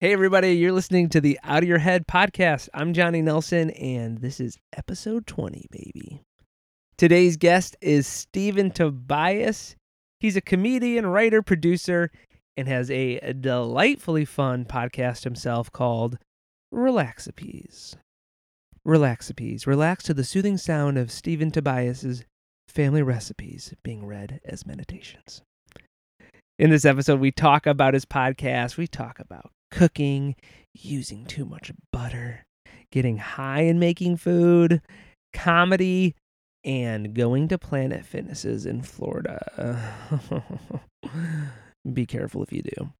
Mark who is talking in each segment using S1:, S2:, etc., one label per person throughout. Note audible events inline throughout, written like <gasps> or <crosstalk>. S1: Hey, everybody, you're listening to the Out of Your Head podcast. I'm Johnny Nelson, and this is episode 20, baby. Today's guest is Stephen Tobias. He's a comedian, writer, producer, and has a delightfully fun podcast himself called Relaxapes. Relaxapes. Relax to the soothing sound of Stephen Tobias's family recipes being read as meditations. In this episode, we talk about his podcast. We talk about cooking, using too much butter, getting high and making food, comedy, and going to Planet Fitnesses in Florida. <laughs> Be careful if you do.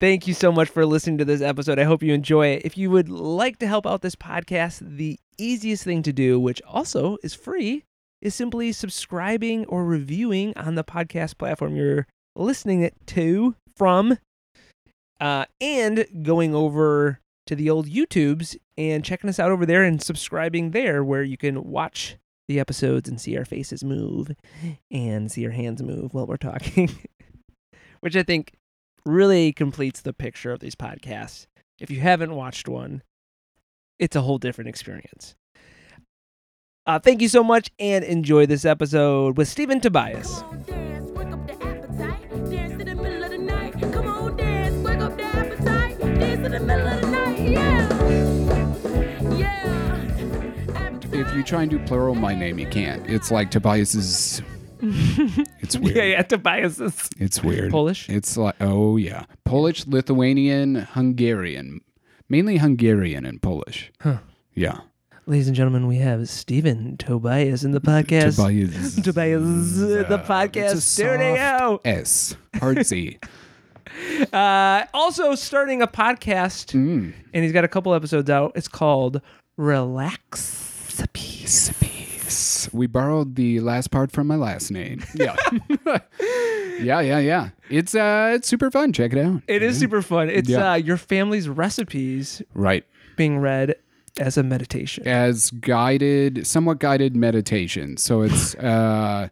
S1: Thank you so much for listening to this episode. I hope you enjoy it. If you would like to help out this podcast, the easiest thing to do, which also is free, is simply subscribing or reviewing on the podcast platform you're listening it to from uh, and going over to the old YouTubes and checking us out over there and subscribing there where you can watch the episodes and see our faces move and see our hands move while we're talking, <laughs> which I think really completes the picture of these podcasts. If you haven't watched one, it's a whole different experience. Uh, thank you so much and enjoy this episode with Stephen
S2: <laughs>
S1: Tobias.
S2: Come on, dance, wake up the appetite. Dance in the middle of the night. Come on, dance, wake up the appetite. Dance in the middle of the night. Yeah. Yeah.
S3: If you try and do plural my name, you can't. It's like Tobias's. it's <laughs>
S1: <laughs>
S3: weird.
S1: Yeah, yeah, Tobias is
S3: It's weird.
S1: Polish.
S3: It's like oh yeah, Polish, Lithuanian, Hungarian, mainly Hungarian and Polish.
S1: Huh.
S3: Yeah.
S1: Ladies and gentlemen, we have Stephen Tobias in the podcast.
S3: Tobias.
S1: <laughs> Tobias in the
S3: It's
S1: podcast
S3: a
S1: studio.
S3: soft S. Hard Z.
S1: Uh, also starting a podcast,
S3: Mm.
S1: and he's got a couple episodes out. It's called Relax.
S3: Peace. We borrowed the last part from my last name.
S1: <laughs>
S3: Yeah. yeah, yeah, yeah. It's uh, it's super fun. Check it out.
S1: It is super fun. It's
S3: Mm-hmm. Yeah.
S1: uh, your family's recipes
S3: Right.
S1: being read as a meditation.
S3: as guided, somewhat guided meditation. So it's, uh,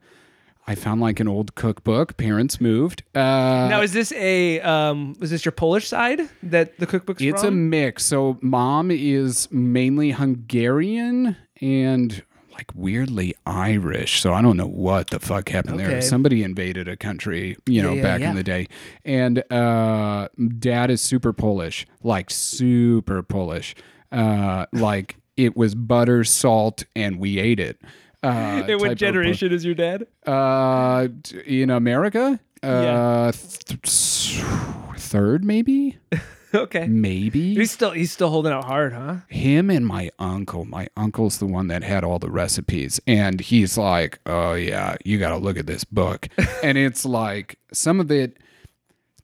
S3: I found like an old cookbook. Parents moved. Uh,
S1: Now, is this a um, is this your Polish side that the cookbook's
S3: it's a
S1: from?
S3: mix. So mom is mainly Hungarian and like weirdly Irish. So I don't know what the fuck happened
S1: Okay.
S3: there. Somebody invaded a country, you know,
S1: yeah,
S3: back
S1: yeah.
S3: in the day. And uh, dad is super Polish, like super Polish. Uh, like it was butter, salt, and we ate it.
S1: <laughs>
S3: Uh,
S1: And
S3: type
S1: what
S3: of-
S1: generation is your dad? <laughs>
S3: uh, t- in America,
S1: Yeah.
S3: uh, th- th- third maybe,
S1: Okay, <laughs>
S3: maybe
S1: he's still he's still holding out hard, huh?
S3: him and my uncle. My uncle's the one that had all the recipes, and he's like, "Oh yeah, you got to look at this book," and it's like some of it.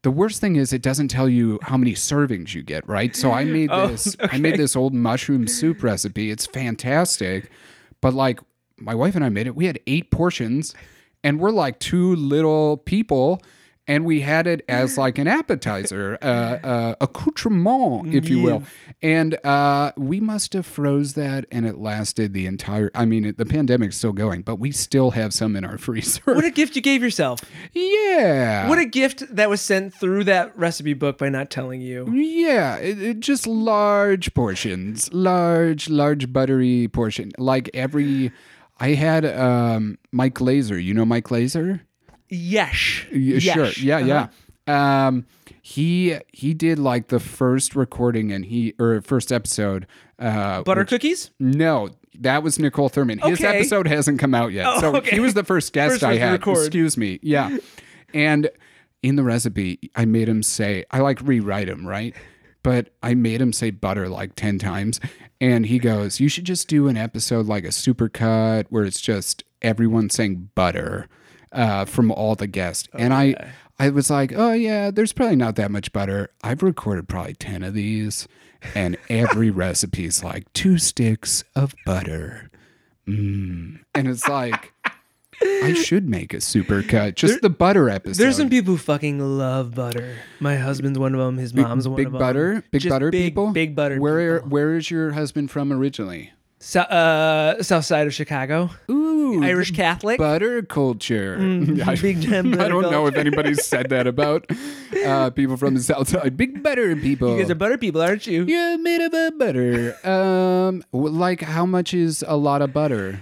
S3: The worst thing is it doesn't tell you how many servings you get, right? So I made
S1: Oh,
S3: this I made this old mushroom soup recipe. It's fantastic. But like my wife and I made it. We had 8 portions and we're like two little people and we had it as like an appetizer, uh, uh, accoutrement, if you will.
S1: Mm-hmm.
S3: And uh, we must have froze that, and it lasted the entire. I mean, it, the pandemic's still going, but we still have some in our <laughs> freezer.
S1: What a gift you gave yourself.
S3: yeah,
S1: What a gift that was sent through that recipe book by not telling you.
S3: Yeah, it, it just large portions, large, large buttery portion. Like every, I had um, Mike Glazer. You know Mike Glazer?
S1: Yes.
S3: Y-
S1: Yes.
S3: Sure. Yeah,
S1: Uh-huh.
S3: yeah. Um, he he did like the first recording and he or first episode. Uh,
S1: Butter cookies?
S3: no, that was Nicole Thurman. His
S1: Okay.
S3: episode hasn't come out yet.
S1: Oh, <laughs>
S3: so
S1: okay.
S3: he was the first guest
S1: First one
S3: I
S1: to
S3: had.
S1: record.
S3: Excuse me.
S1: <laughs>
S3: Yeah. And in the recipe, I made him say, I like rewrite him, right? But I made him say butter like 10 times. And he goes, You should just do an episode like a supercut where it's just everyone saying butter uh, from all the guests. and I, I was like, Oh, yeah, there's probably not that much butter. I've recorded probably 10 of these. And every <laughs> recipe's like two sticks of butter. Mm. And it's like, I should make a supercut, just the butter episode.
S1: There's some people who fucking love butter. My husband's one of them. His mom's one
S3: big
S1: of them.
S3: butter, big
S1: Just
S3: butter
S1: big,
S3: people.
S1: Big butter.
S3: Where
S1: people.
S3: where is your husband from originally?
S1: so, uh, South Side of Chicago,
S3: Ooh,
S1: Irish
S3: the
S1: Catholic.
S3: butter culture. <laughs>
S1: Mm,
S3: I,
S1: big time
S3: I don't
S1: butter
S3: know if anybody's said that about uh, people from the south side. Big butter people.
S1: you guys are butter people, aren't you?
S3: You're made of a butter. Um, w- like how much is a lot of butter?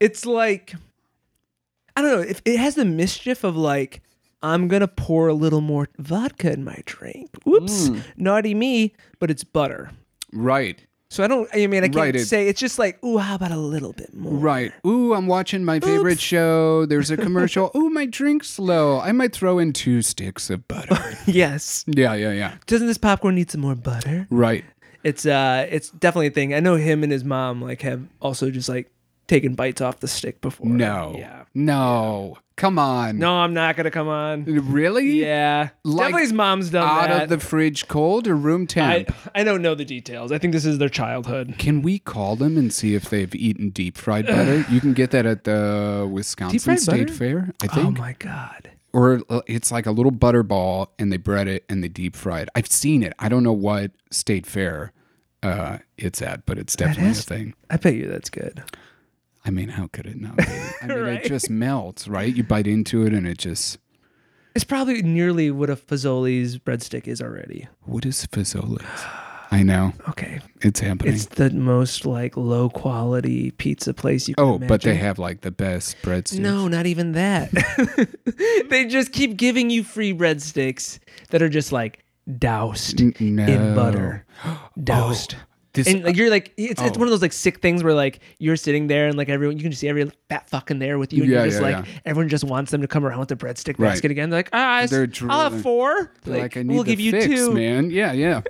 S1: It's like I don't know. If it has the mischief of like I'm gonna pour a little more vodka in my drink. Whoops,
S3: Mm.
S1: naughty me. But it's butter.
S3: Right.
S1: So I don't. I mean, I can't
S3: Right, it-
S1: say it's just like, ooh, how about a little bit more?
S3: Right. Ooh, I'm watching my favorite show. There's
S1: <laughs>
S3: a commercial. Ooh, my drink's low. I might throw in two sticks
S1: <laughs>
S3: of butter.
S1: Yes.
S3: yeah, yeah, yeah.
S1: Doesn't this popcorn need some more butter?
S3: Right.
S1: It's uh, it's definitely a thing. I know him and his mom like have also just like taken bites off the stick before.
S3: No.
S1: Yeah.
S3: No. Come on.
S1: No, I'm not gonna come on.
S3: Really?
S1: Yeah.
S3: Like,
S1: definitely his mom's done
S3: Out
S1: that.
S3: of the fridge cold or room
S1: I,
S3: temp?
S1: I don't know the details. I think this is their childhood.
S3: Can we call them and see if they've eaten deep fried butter?
S1: <sighs>
S3: You can get that at the Wisconsin
S1: Deep-fried
S3: State
S1: butter?
S3: Fair, I
S1: Oh
S3: think.
S1: my god.
S3: or uh, it's like a little butter ball and they bread it and they deep fry it. I've seen it. I don't know what state fair uh, it's at, but it's definitely
S1: is-
S3: a thing.
S1: I bet you that's good.
S3: I mean, how could
S1: <laughs>
S3: it not be? I mean,
S1: Right.
S3: it just melts, right? You bite into it and it just.
S1: It's probably nearly what a Fazoli's breadstick is already.
S3: What is fazoli's? I know.
S1: Okay.
S3: It's happening.
S1: It's the most like low quality pizza place you can
S3: oh, but they
S1: imagine.
S3: have like the best breadsticks.
S1: No, not even that. <laughs> they just keep giving you free breadsticks that are just like doused
S3: N- no. Oh,
S1: in
S3: <gasps>
S1: butter. Doused.
S3: This,
S1: and like, you're like it's, it's
S3: oh.
S1: one of those like sick things where like you're sitting there and like everyone you can just see every fat fucking there with you and
S3: Yeah,
S1: you're just
S3: yeah,
S1: like everyone just wants them to come around with the breadstick
S3: Right.
S1: basket again. They're like, ah, it's-
S3: They're
S1: I'll have
S3: drooling.
S1: four.
S3: They're like, I need
S1: we'll
S3: the
S1: give you
S3: fix,
S1: two.
S3: man. Yeah, yeah.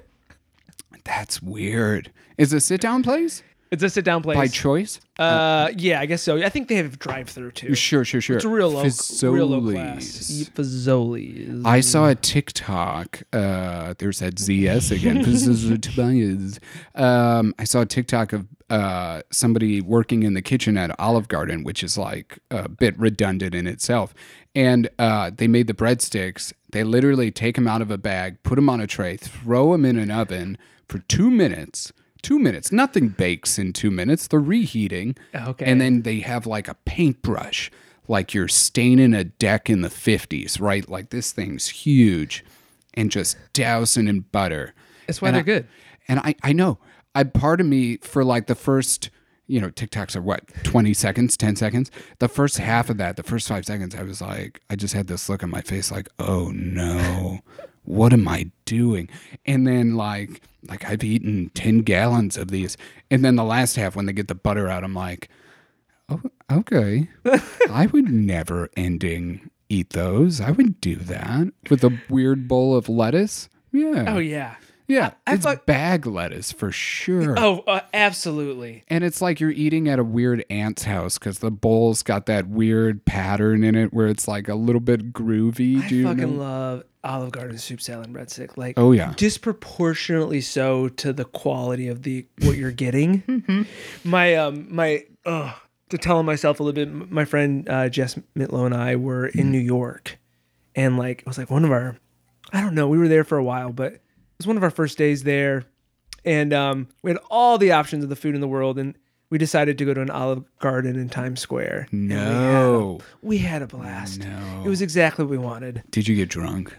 S3: That's weird. Is it a sit down place
S1: It's a sit down place.
S3: by choice?
S1: uh, yeah, I guess so. I think they have drive through too.
S3: Sure, sure, sure.
S1: It's a real low, real low class.
S3: Fazoli's.
S1: Fazoli's.
S3: I saw a TikTok. Uh, there's that ZS again. This is a Tobias. um, I saw a TikTok of uh, somebody working in the kitchen at Olive Garden, which is like a bit redundant in itself. And uh, they made the breadsticks. They literally take them out of a bag, put them on a tray, throw them in an oven for two minutes. Two minutes. Nothing bakes in two minutes. They're reheating.
S1: Okay.
S3: And then they have like a paintbrush, like you're staining a deck in the 50s, right? Like this thing's huge and just dousing in butter.
S1: That's why
S3: And
S1: they're
S3: I-
S1: good.
S3: And I, I know. I part of me for like the first, you know, TikToks are what, 20 seconds, 10 seconds? The first half of that, the first five seconds, I was like, I just had this look on my face like, oh no, what am I doing? And then like, like I've eaten 10 gallons of these. And then the last half, when they get the butter out, I'm like, oh, okay. I would never ending eat those. I would do that with a weird bowl of lettuce. Yeah.
S1: Oh yeah.
S3: Yeah,
S1: I
S3: it's
S1: fuck-
S3: bag lettuce for sure.
S1: Oh, uh, absolutely.
S3: And it's like you're eating at a weird aunt's house because the bowl's got that weird pattern in it where it's like a little bit groovy.
S1: I
S3: do you
S1: fucking
S3: know?
S1: love Olive Garden soup salad and breadstick. Like,
S3: Oh, yeah.
S1: disproportionately so to the quality of the what you're getting. My um my uh to tell myself a little bit. m- My friend uh, Jess Mitlow and I were
S3: Mm-hmm.
S1: in New York, and like it was like one of our, I don't know, we were there for a while, but it was one of our first days there, and um we had all the options of the food in the world, and we decided to go to an Olive Garden in Times Square. and we had a-
S3: No.
S1: we had a blast.
S3: No.
S1: It was exactly what we wanted.
S3: Did you get drunk?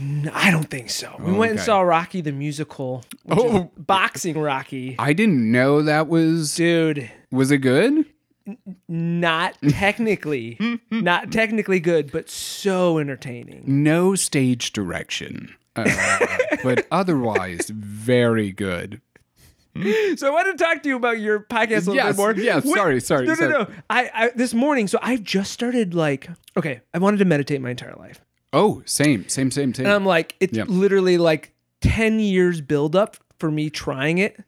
S1: No, I don't think so. We went and
S3: Okay.
S1: saw Rocky the musical. which is
S3: Oh.
S1: boxing Rocky.
S3: I didn't know that was.
S1: Dude,
S3: Was it good? <laughs>
S1: not technically, not technically good, but so entertaining.
S3: No stage direction, uh,
S1: <laughs>
S3: but otherwise very good.
S1: So I wanted to talk to you about your podcast a little
S3: Yes,
S1: bit more.
S3: yeah, sorry, sorry,
S1: No,
S3: sorry.
S1: no, no. I, I this morning, so I've just started like okay, I wanted to meditate my entire life.
S3: Oh, same, same, same, same.
S1: And I'm like, it's
S3: Yeah.
S1: literally like 10 years buildup for me trying it.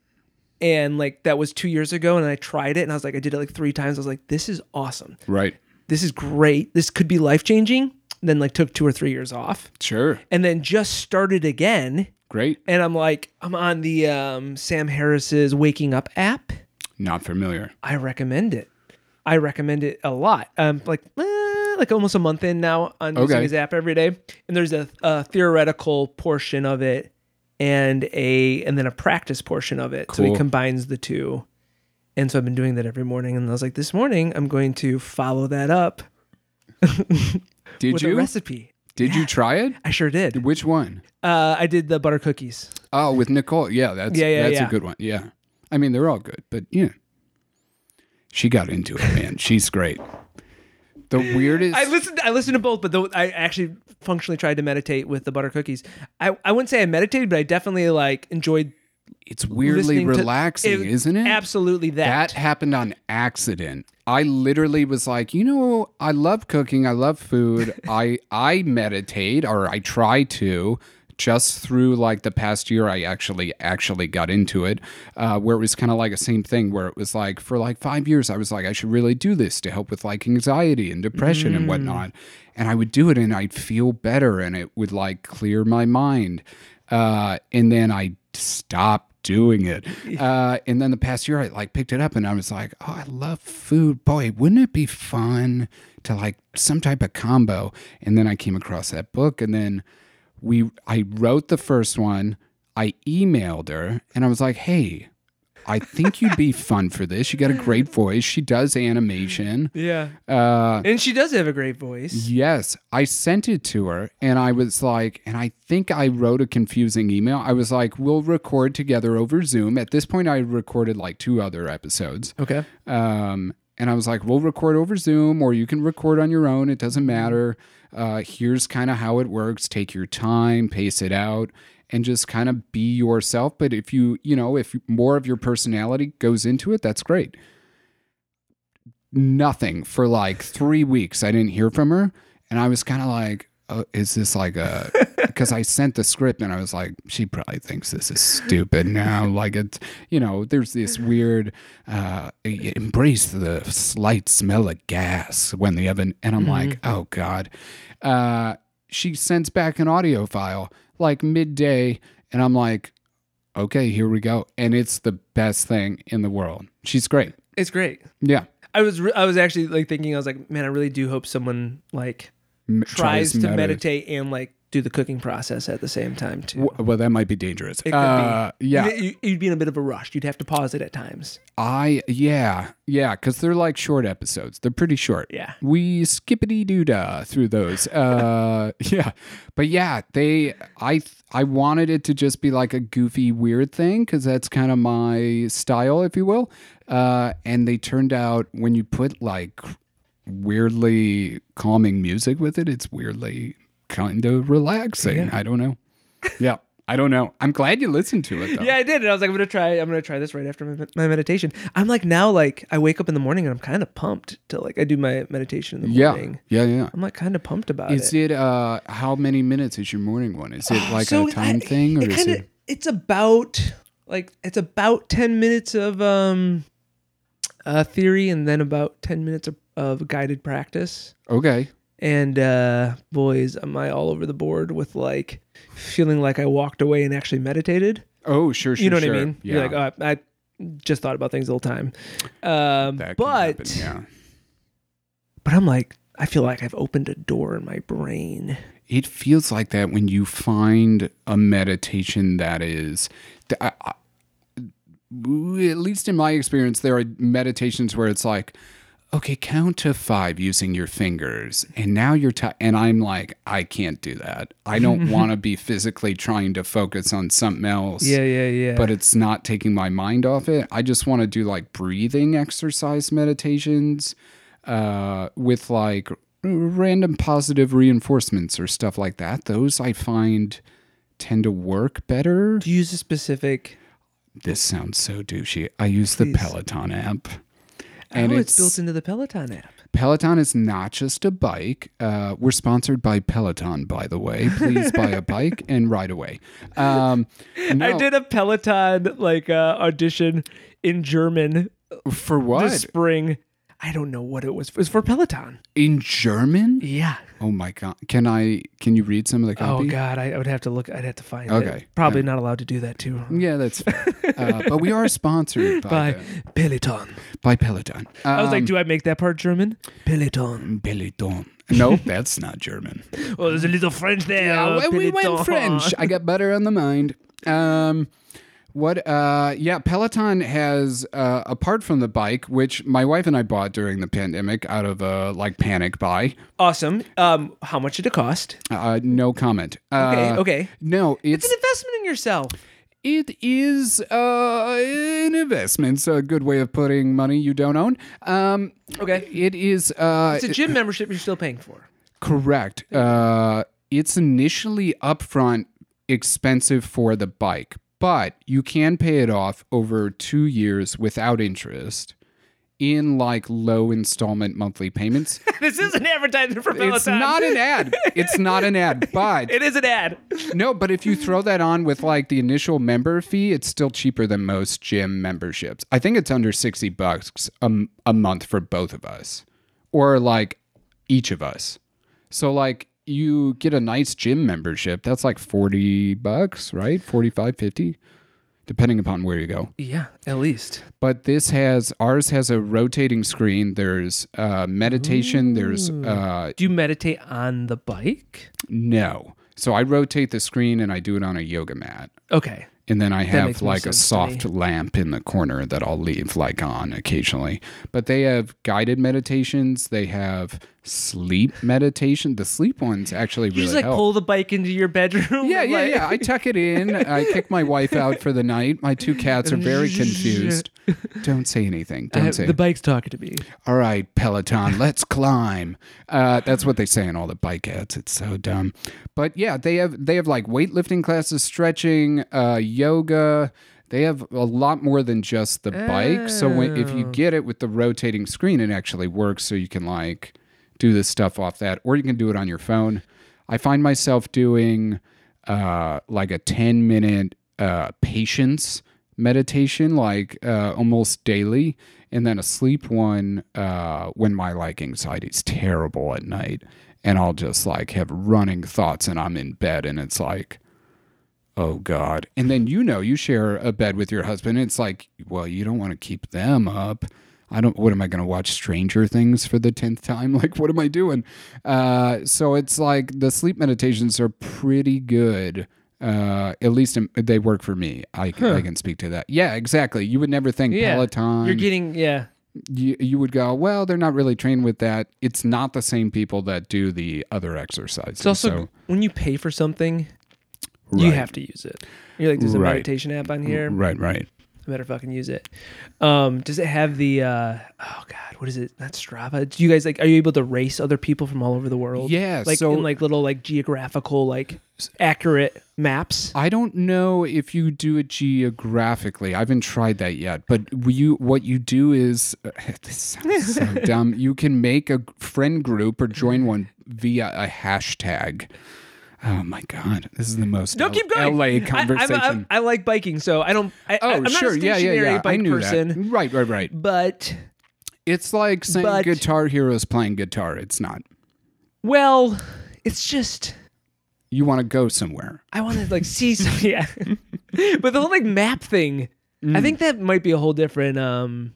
S1: And like that was two years ago, and I tried it, and I was like, I did it like three times. I was like, this is awesome.
S3: right.
S1: This is great. This could be life changing. Then like took two or three years off,
S3: Sure.
S1: and then just started again.
S3: Great.
S1: And I'm like, I'm on the um, Sam Harris's Waking Up app.
S3: Not familiar.
S1: I recommend it. I recommend it a lot. Um, like eh, like almost a month in now on using
S3: Okay.
S1: his app every day, and there's a, a theoretical portion of it and a and then a practice portion of it. So he
S3: Cool.
S1: combines the two. And so I've been doing that every morning. And I was like, this morning I'm going to follow that up
S3: Did
S1: with
S3: you?
S1: a recipe.
S3: Did
S1: <laughs>
S3: you
S1: Yeah.
S3: try it?
S1: I sure did.
S3: Which one?
S1: Uh, I did the butter cookies.
S3: Oh, with Nicole. Yeah, that's
S1: Yeah, yeah,
S3: that's
S1: yeah.
S3: a good one. Yeah. I mean, they're all good, but yeah. She got into it, man. She's great. The weirdest
S1: I listened. I listened to both, but though I actually functionally tried to meditate with the butter cookies. I, I wouldn't say I meditated, but I definitely like enjoyed
S3: it's weirdly
S1: listening to-
S3: relaxing, is isn't it?
S1: Absolutely that.
S3: That happened on accident. I literally was like, you know, I love cooking, I love food. I I meditate or I try to just through like the past year I actually actually got into it uh, where it was kind of like the same thing where it was like for like five years I was like I should really do this to help with like anxiety and depression and whatnot and I would do it and I'd feel better and it would like clear my mind uh, and then I stopped doing it. Uh, and then the past year, I like picked it up and I was like, oh, I love food. Boy, wouldn't it be fun to like some type of combo? And then I came across that book and then we, I wrote the first one. I emailed her and I was like, hey, I think you'd be fun for this. You got a great voice. She does animation.
S1: yeah,
S3: Uh,
S1: and she does have a great voice.
S3: Yes, I sent it to her and I was like, and I think I wrote a confusing email. I was like, we'll record together over Zoom. At this point, I recorded like two other episodes.
S1: Okay.
S3: Um, and I was like, we'll record over Zoom or you can record on your own. It doesn't matter. Uh, here's kind of how it works. Take your time, pace it out, and just kind of be yourself. But if you, you know, if more of your personality goes into it, that's great. Nothing for like three weeks. I didn't hear from her. And I was kind of like, oh, is this like a. Because I sent the script and I was like, she probably thinks this is stupid now. Like it's, you know, there's this weird uh, embrace the slight smell of gas when the oven. And I'm like, oh God. Uh, she sends back an audio file like midday. And I'm like, okay, here we go. And it's the best thing in the world. She's great.
S1: It's great.
S3: Yeah.
S1: I was re- I was actually like thinking I was like, man, I really do hope someone like
S3: M-
S1: tries to
S3: medi-
S1: meditate and like do the cooking process at the same time too.
S3: W- Well, that might be dangerous.
S1: It could
S3: Uh,
S1: be.
S3: Yeah.
S1: You- you'd be in a bit of a rush. You'd have to pause it at times.
S3: I, yeah. Yeah. Cause they're like short episodes. They're pretty short.
S1: Yeah.
S3: We skippity doo dah
S1: <laughs>
S3: through those. Uh, yeah. But yeah, they, I, th- I wanted it to just be like a goofy, weird thing. Cause that's kind of my style, if you will. Uh, and they turned out when you put like weirdly calming music with it, it's weirdly kind of relaxing. I don't know. Yeah. I don't know. I'm glad you listened to it though.
S1: <laughs> Yeah, I did. And I was like, I'm gonna try. I'm gonna try this right after my, my meditation. I'm like now, like I wake up in the morning and I'm kind of pumped to like I do my meditation in the
S3: Yeah.
S1: morning.
S3: Yeah. Yeah.
S1: I'm like kind of pumped about
S3: Is
S1: it.
S3: it uh how many minutes is your morning
S1: <gasps>
S3: one? Is it like a time thing or
S1: it
S3: is
S1: kinda,
S3: it
S1: It's about like it's about ten minutes of um, uh, theory and then about ten minutes of, of guided practice.
S3: Okay.
S1: And uh, boys, am I all over the board with like feeling like I walked away and actually meditated?
S3: Oh, sure, sure.
S1: you know what
S3: sure.
S1: I mean?
S3: Yeah.
S1: You're like, oh, I just thought about things the whole time. Um,
S3: That can
S1: but
S3: happen, yeah.
S1: but I'm like, I feel like I've opened a door in my brain.
S3: It feels like that when you find a meditation that is, th- I- I- at least in my experience, there are meditations where it's like, okay, count to five using your fingers, and now you're ti and I'm like, I can't do that.
S1: <laughs>
S3: I don't want to be physically trying to focus on something else.
S1: yeah, yeah.
S3: but it's not taking my mind off it. I just want to do like breathing exercise meditations uh, with like r- random positive reinforcements or stuff like that. Those I find tend to work better.
S1: do you use a specific?
S3: This sounds so douchey. I use
S1: Please.
S3: the Peloton app.
S1: oh, it's, built into the Peloton app.
S3: Peloton is not just a bike. Uh, we're sponsored by Peloton, by the way. Please buy a bike and ride away. Um,
S1: <laughs> I
S3: no,
S1: did a Peloton like uh, audition in German
S3: for what
S1: this spring. I don't know what it was. It was for Peloton.
S3: in German?
S1: Yeah.
S3: Oh my god! Can I? Can you read some of the
S1: Oh
S3: copy?
S1: God, I, I would have to look. I'd have to find it.
S3: Okay.
S1: Probably not allowed to do that too.
S3: Yeah, that's. fair. uh, but we
S1: <laughs>
S3: are sponsored
S1: By
S3: by by,
S1: Peloton.
S3: by Peloton.
S1: I was like,
S3: Um,
S1: do I make that part German? Peloton.
S3: Peloton.
S1: <laughs>
S3: No, that's not German.
S1: Oh, there's a little French there.
S3: Yeah,
S1: oh,
S3: well, we went
S1: Peloton.
S3: French. I got butter on the mind. Um, what? Uh, yeah, Peloton has uh, apart from the bike, which my wife and I bought during the pandemic out of a like panic buy.
S1: Awesome. Um, how much did it cost?
S3: Uh, no comment.
S1: Okay,
S3: Uh,
S1: okay.
S3: No,
S1: It's
S3: it's
S1: an investment in yourself.
S3: it is uh, an investment. It's a good way of putting money you don't own. Um,
S1: Okay.
S3: it is. Uh,
S1: It's a gym membership you're still paying <laughs> for.
S3: Correct. Uh, it's initially upfront expensive for the bike, but you can pay it off over two years without interest in like low installment
S1: <laughs>
S3: monthly payments.
S1: this is an advertisement for Peloton.
S3: it's not an ad. It's not
S1: <laughs>
S3: an ad, but
S1: It is an ad.
S3: no, but if you throw that on with like the initial member fee, it's still cheaper than most gym memberships. I think it's under 60 bucks a, m- a month for both of us or like each of us. So like you get a nice gym membership, that's like 40 bucks, right? 45, 50 depending upon where you go
S1: Yeah, at least.
S3: but this has ours has a rotating screen there's uh meditation there's uh
S1: Do you meditate on the bike?
S3: no so i rotate the screen and i do it on a yoga mat
S1: Okay.
S3: And then I
S1: makes
S3: have
S1: more
S3: like a
S1: sense to me.
S3: soft lamp in the corner that I'll leave like on occasionally. But they have guided meditations. They have sleep meditation. The sleep ones actually
S1: You
S3: really Oh.
S1: just like
S3: help.
S1: pull the bike into your bedroom.
S3: yeah,
S1: and,
S3: yeah,
S1: like-
S3: yeah. I tuck it in. I kick my wife out for the night. My two cats
S1: <laughs>
S3: are very confused. Don't say anything.
S1: I
S3: Don't
S1: have-
S3: say.
S1: the bike's talking to me.
S3: All right, Peloton, let's climb. Uh, that's what they say in all the bike ads. It's so dumb. But yeah, they have they have like weightlifting classes, stretching, uh, yoga. They have a lot more than just the bike. So when, if you get it with the rotating screen, it actually works. So you can like do this stuff off that, or you can do it on your phone. I find myself doing uh, like a ten minute uh, patience meditation like uh, almost daily and then a sleep one uh, when my like anxiety's terrible at night and i'll just like have running thoughts and i'm in bed and it's like oh god and then you know you share a bed with your husband it's like well you don't want to keep them up i don't what am i going to watch stranger things for the 10th time <laughs> like what am i doing uh, so it's like the sleep meditations are pretty good uh, at least in, they work for me. I, I can speak to that. Yeah, exactly. You would never think
S1: Yeah.
S3: Peloton.
S1: You're getting yeah.
S3: you, you would go, well, they're not really trained with that. It's not the same people that do the other exercises.
S1: It's also
S3: so,
S1: when you pay for something, you
S3: Right.
S1: have to use it. You're like, there's a
S3: Right. Mm,
S1: meditation app on here.
S3: right, right.
S1: I better fucking use it. Um, does it have the uh, oh god, what is it? Not Strava. Do you guys like? Are you able to race other people from all over the world?
S3: Yeah,
S1: like
S3: so-
S1: in like little like geographical like accurate maps.
S3: I don't know if you do it geographically. I haven't tried that yet. But you, what you do is, uh, <laughs> this
S1: <laughs>
S3: sounds so dumb. You can make a friend group or join one via a hashtag. Oh my god, this is the most
S1: No, keep going.
S3: LA
S1: I- I'm-
S3: conversation.
S1: I'm- I, like biking, so I don't. I,
S3: Oh,
S1: I, am
S3: sure.
S1: Not a
S3: yeah, yeah,
S1: stationary
S3: yeah. I
S1: Bike
S3: knew
S1: person,
S3: that. Right, right, right.
S1: But
S3: It's like saying
S1: But-
S3: Guitar Hero's playing guitar. It's not.
S1: well, it's just
S3: You want to go somewhere.
S1: I want to like see some <laughs> yeah. but the whole like map thing,
S3: Mm.
S1: I think that might be a whole different um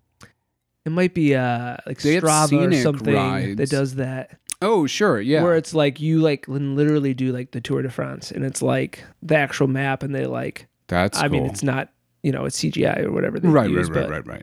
S1: it might be uh like
S3: They have
S1: Strava or
S3: scenic
S1: something that
S3: rides.
S1: does that.
S3: Oh, sure. Yeah.
S1: Where it's like you like can literally do like the Tour de France and it's like the actual map and they like
S3: That's
S1: I mean
S3: cool.
S1: it's not you know, it's CGI or whatever they
S3: right,
S1: use,
S3: right, right,
S1: but
S3: right, right.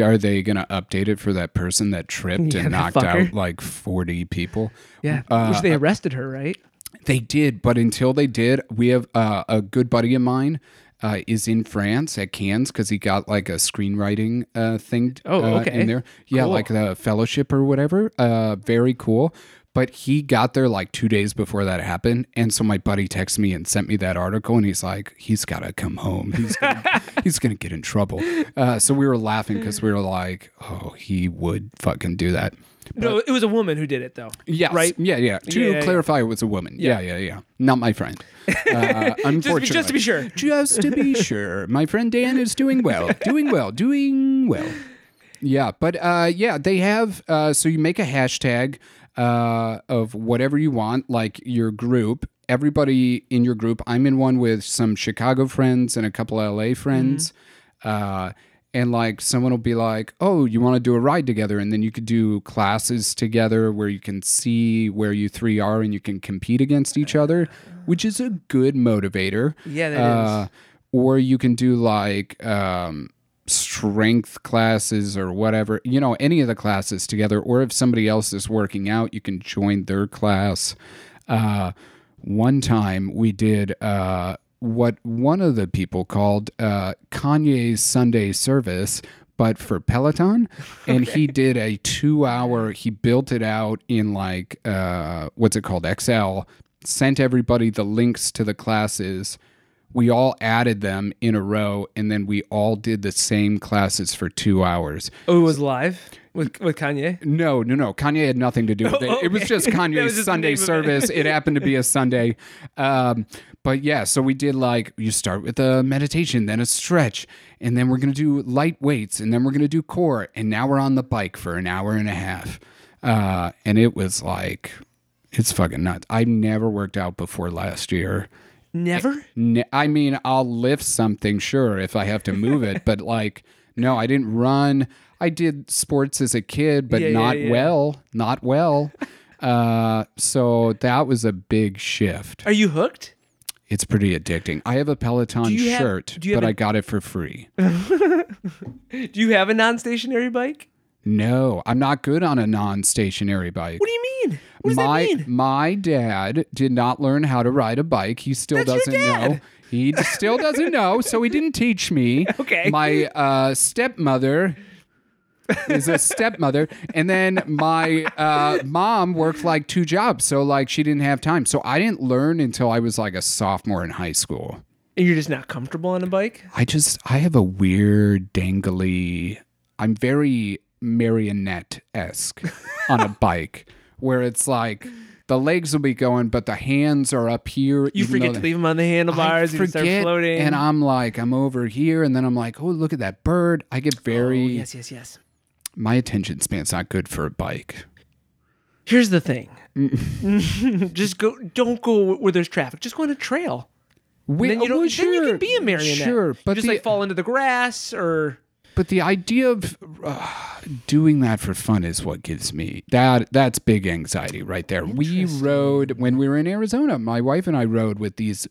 S3: Are they going to update it for that person that tripped <laughs>
S1: Yeah, that
S3: and knocked
S1: fucker.
S3: out like 40 people?
S1: yeah. Which
S3: Uh,
S1: they arrested her, right?
S3: They did, but until they did, we have uh, a good buddy of mine uh, is in France at Cannes because he got like a screenwriting uh, thing.
S1: Oh,
S3: uh,
S1: okay.
S3: In there, yeah,
S1: Cool.
S3: like the fellowship or whatever. Uh, very cool. But he got there like two days before that happened, and so my buddy texted me and sent me that article, and he's like, "He's got to come home. He's
S1: <laughs>
S3: gonna, he's gonna get in trouble." Uh, so we were laughing because we were like, "Oh, he would fucking do that."
S1: No, it was a woman who did it though.
S3: Yes.
S1: Right?
S3: Yeah, yeah. To
S1: Yeah, yeah, yeah.
S3: clarify, it was a woman.
S1: Yeah.
S3: Yeah, yeah, yeah. Not
S1: <laughs>
S3: my friend. Uh, unfortunately.
S1: just to be sure.
S3: Just to be sure. My friend Dan is
S1: <laughs>
S3: doing well. Doing well. Doing well. Yeah, but uh, yeah, they have. Uh, so you make a hashtag uh, of whatever you want, like your group. Everybody in
S1: Mm-hmm.
S3: your group. I'm in one with some Chicago friends and a couple LA friends. Uh, and like someone will be like, "Oh, you want to do a ride together?" And then you could do classes together where you can see where you three are and you can compete against each other, which is a good motivator.
S1: Yeah, that is.
S3: Uh, or you can do like um, strength classes or whatever, you know, any of the classes together. Or if somebody else is working out, you can join their class. Uh, one time we did uh, what one of the people called uh, Kanye's Sunday service. But
S1: <laughs>
S3: for Peloton, and he did a two hour, he built it out in like, uh, what's it called? XL, sent everybody the links to the classes we all added them in a row and then we all did the same classes for two hours.
S1: Oh, it was live with with Kanye.
S3: No, no, no. Kanye had nothing to do with
S1: <laughs>
S3: it. It was
S1: okay.
S3: just
S1: That
S3: Kanye's
S1: was just the
S3: Sunday
S1: name of it.
S3: service. It. happened to be
S1: <laughs>
S3: a Sunday. Um, but yeah, so we did like, you start with a meditation, then a stretch, and then we're going to do light weights, and then we're going to do core. And now we're on the bike for an hour and a half. Uh, and it was like, it's fucking nuts. I never worked out before last year.
S1: Never.
S3: N- I mean, I'll lift something, sure, if I have to move
S1: <laughs>
S3: it, but like, no, I didn't run. I did sports as a kid, but
S1: Yeah, yeah,
S3: not
S1: yeah.
S3: well,
S1: <laughs>
S3: not well. Uh, so that was a big shift.
S1: Are you hooked?
S3: It's pretty addicting. I have a Peloton
S1: you have-
S3: shirt,
S1: do you have
S3: but I
S1: an-
S3: got it
S1: <laughs>
S3: for free.
S1: Do you have a non-stationary bike?
S3: No, I'm not good on a non-stationary bike.
S1: What do you mean? What does
S3: my
S1: that mean?
S3: my dad did not learn how to ride a bike. He still
S1: That's your
S3: doesn't
S1: dad.
S3: know. He d- still doesn't know, so he didn't teach me.
S1: <laughs> Okay.
S3: My uh, stepmother is a stepmother, and then my uh, mom worked like two jobs, so like she didn't have time. So I didn't learn until I was like a sophomore in high school.
S1: And you're just not comfortable on a bike.
S3: I just I have a weird dangly. I'm very marionette esque
S1: <laughs>
S3: on a bike, where it's like the legs will be going, but the hands are up here.
S1: You
S3: even
S1: forget
S3: though
S1: to
S3: they-
S1: leave them on the
S3: I
S1: handlebars. and you start
S3: forget,
S1: floating.
S3: and I'm like, I'm over here, and then I'm like, oh, look at that bird. I get
S1: Oh,
S3: very
S1: yes, yes, yes.
S3: my attention span's not good for a bike.
S1: Here's the thing. <laughs>
S3: Mm.
S1: just go. Don't go where there's traffic. Just go on a trail.
S3: Wait,
S1: then you
S3: oh,
S1: don't.
S3: well,
S1: Then you
S3: sure,
S1: can be a marionette.
S3: Sure,
S1: but
S3: but
S1: just
S3: the,
S1: like fall into the grass or.
S3: But the idea of uh, doing that for fun is what gives me that that's big anxiety right there. We rode when we were in Arizona. My wife and I rode with these.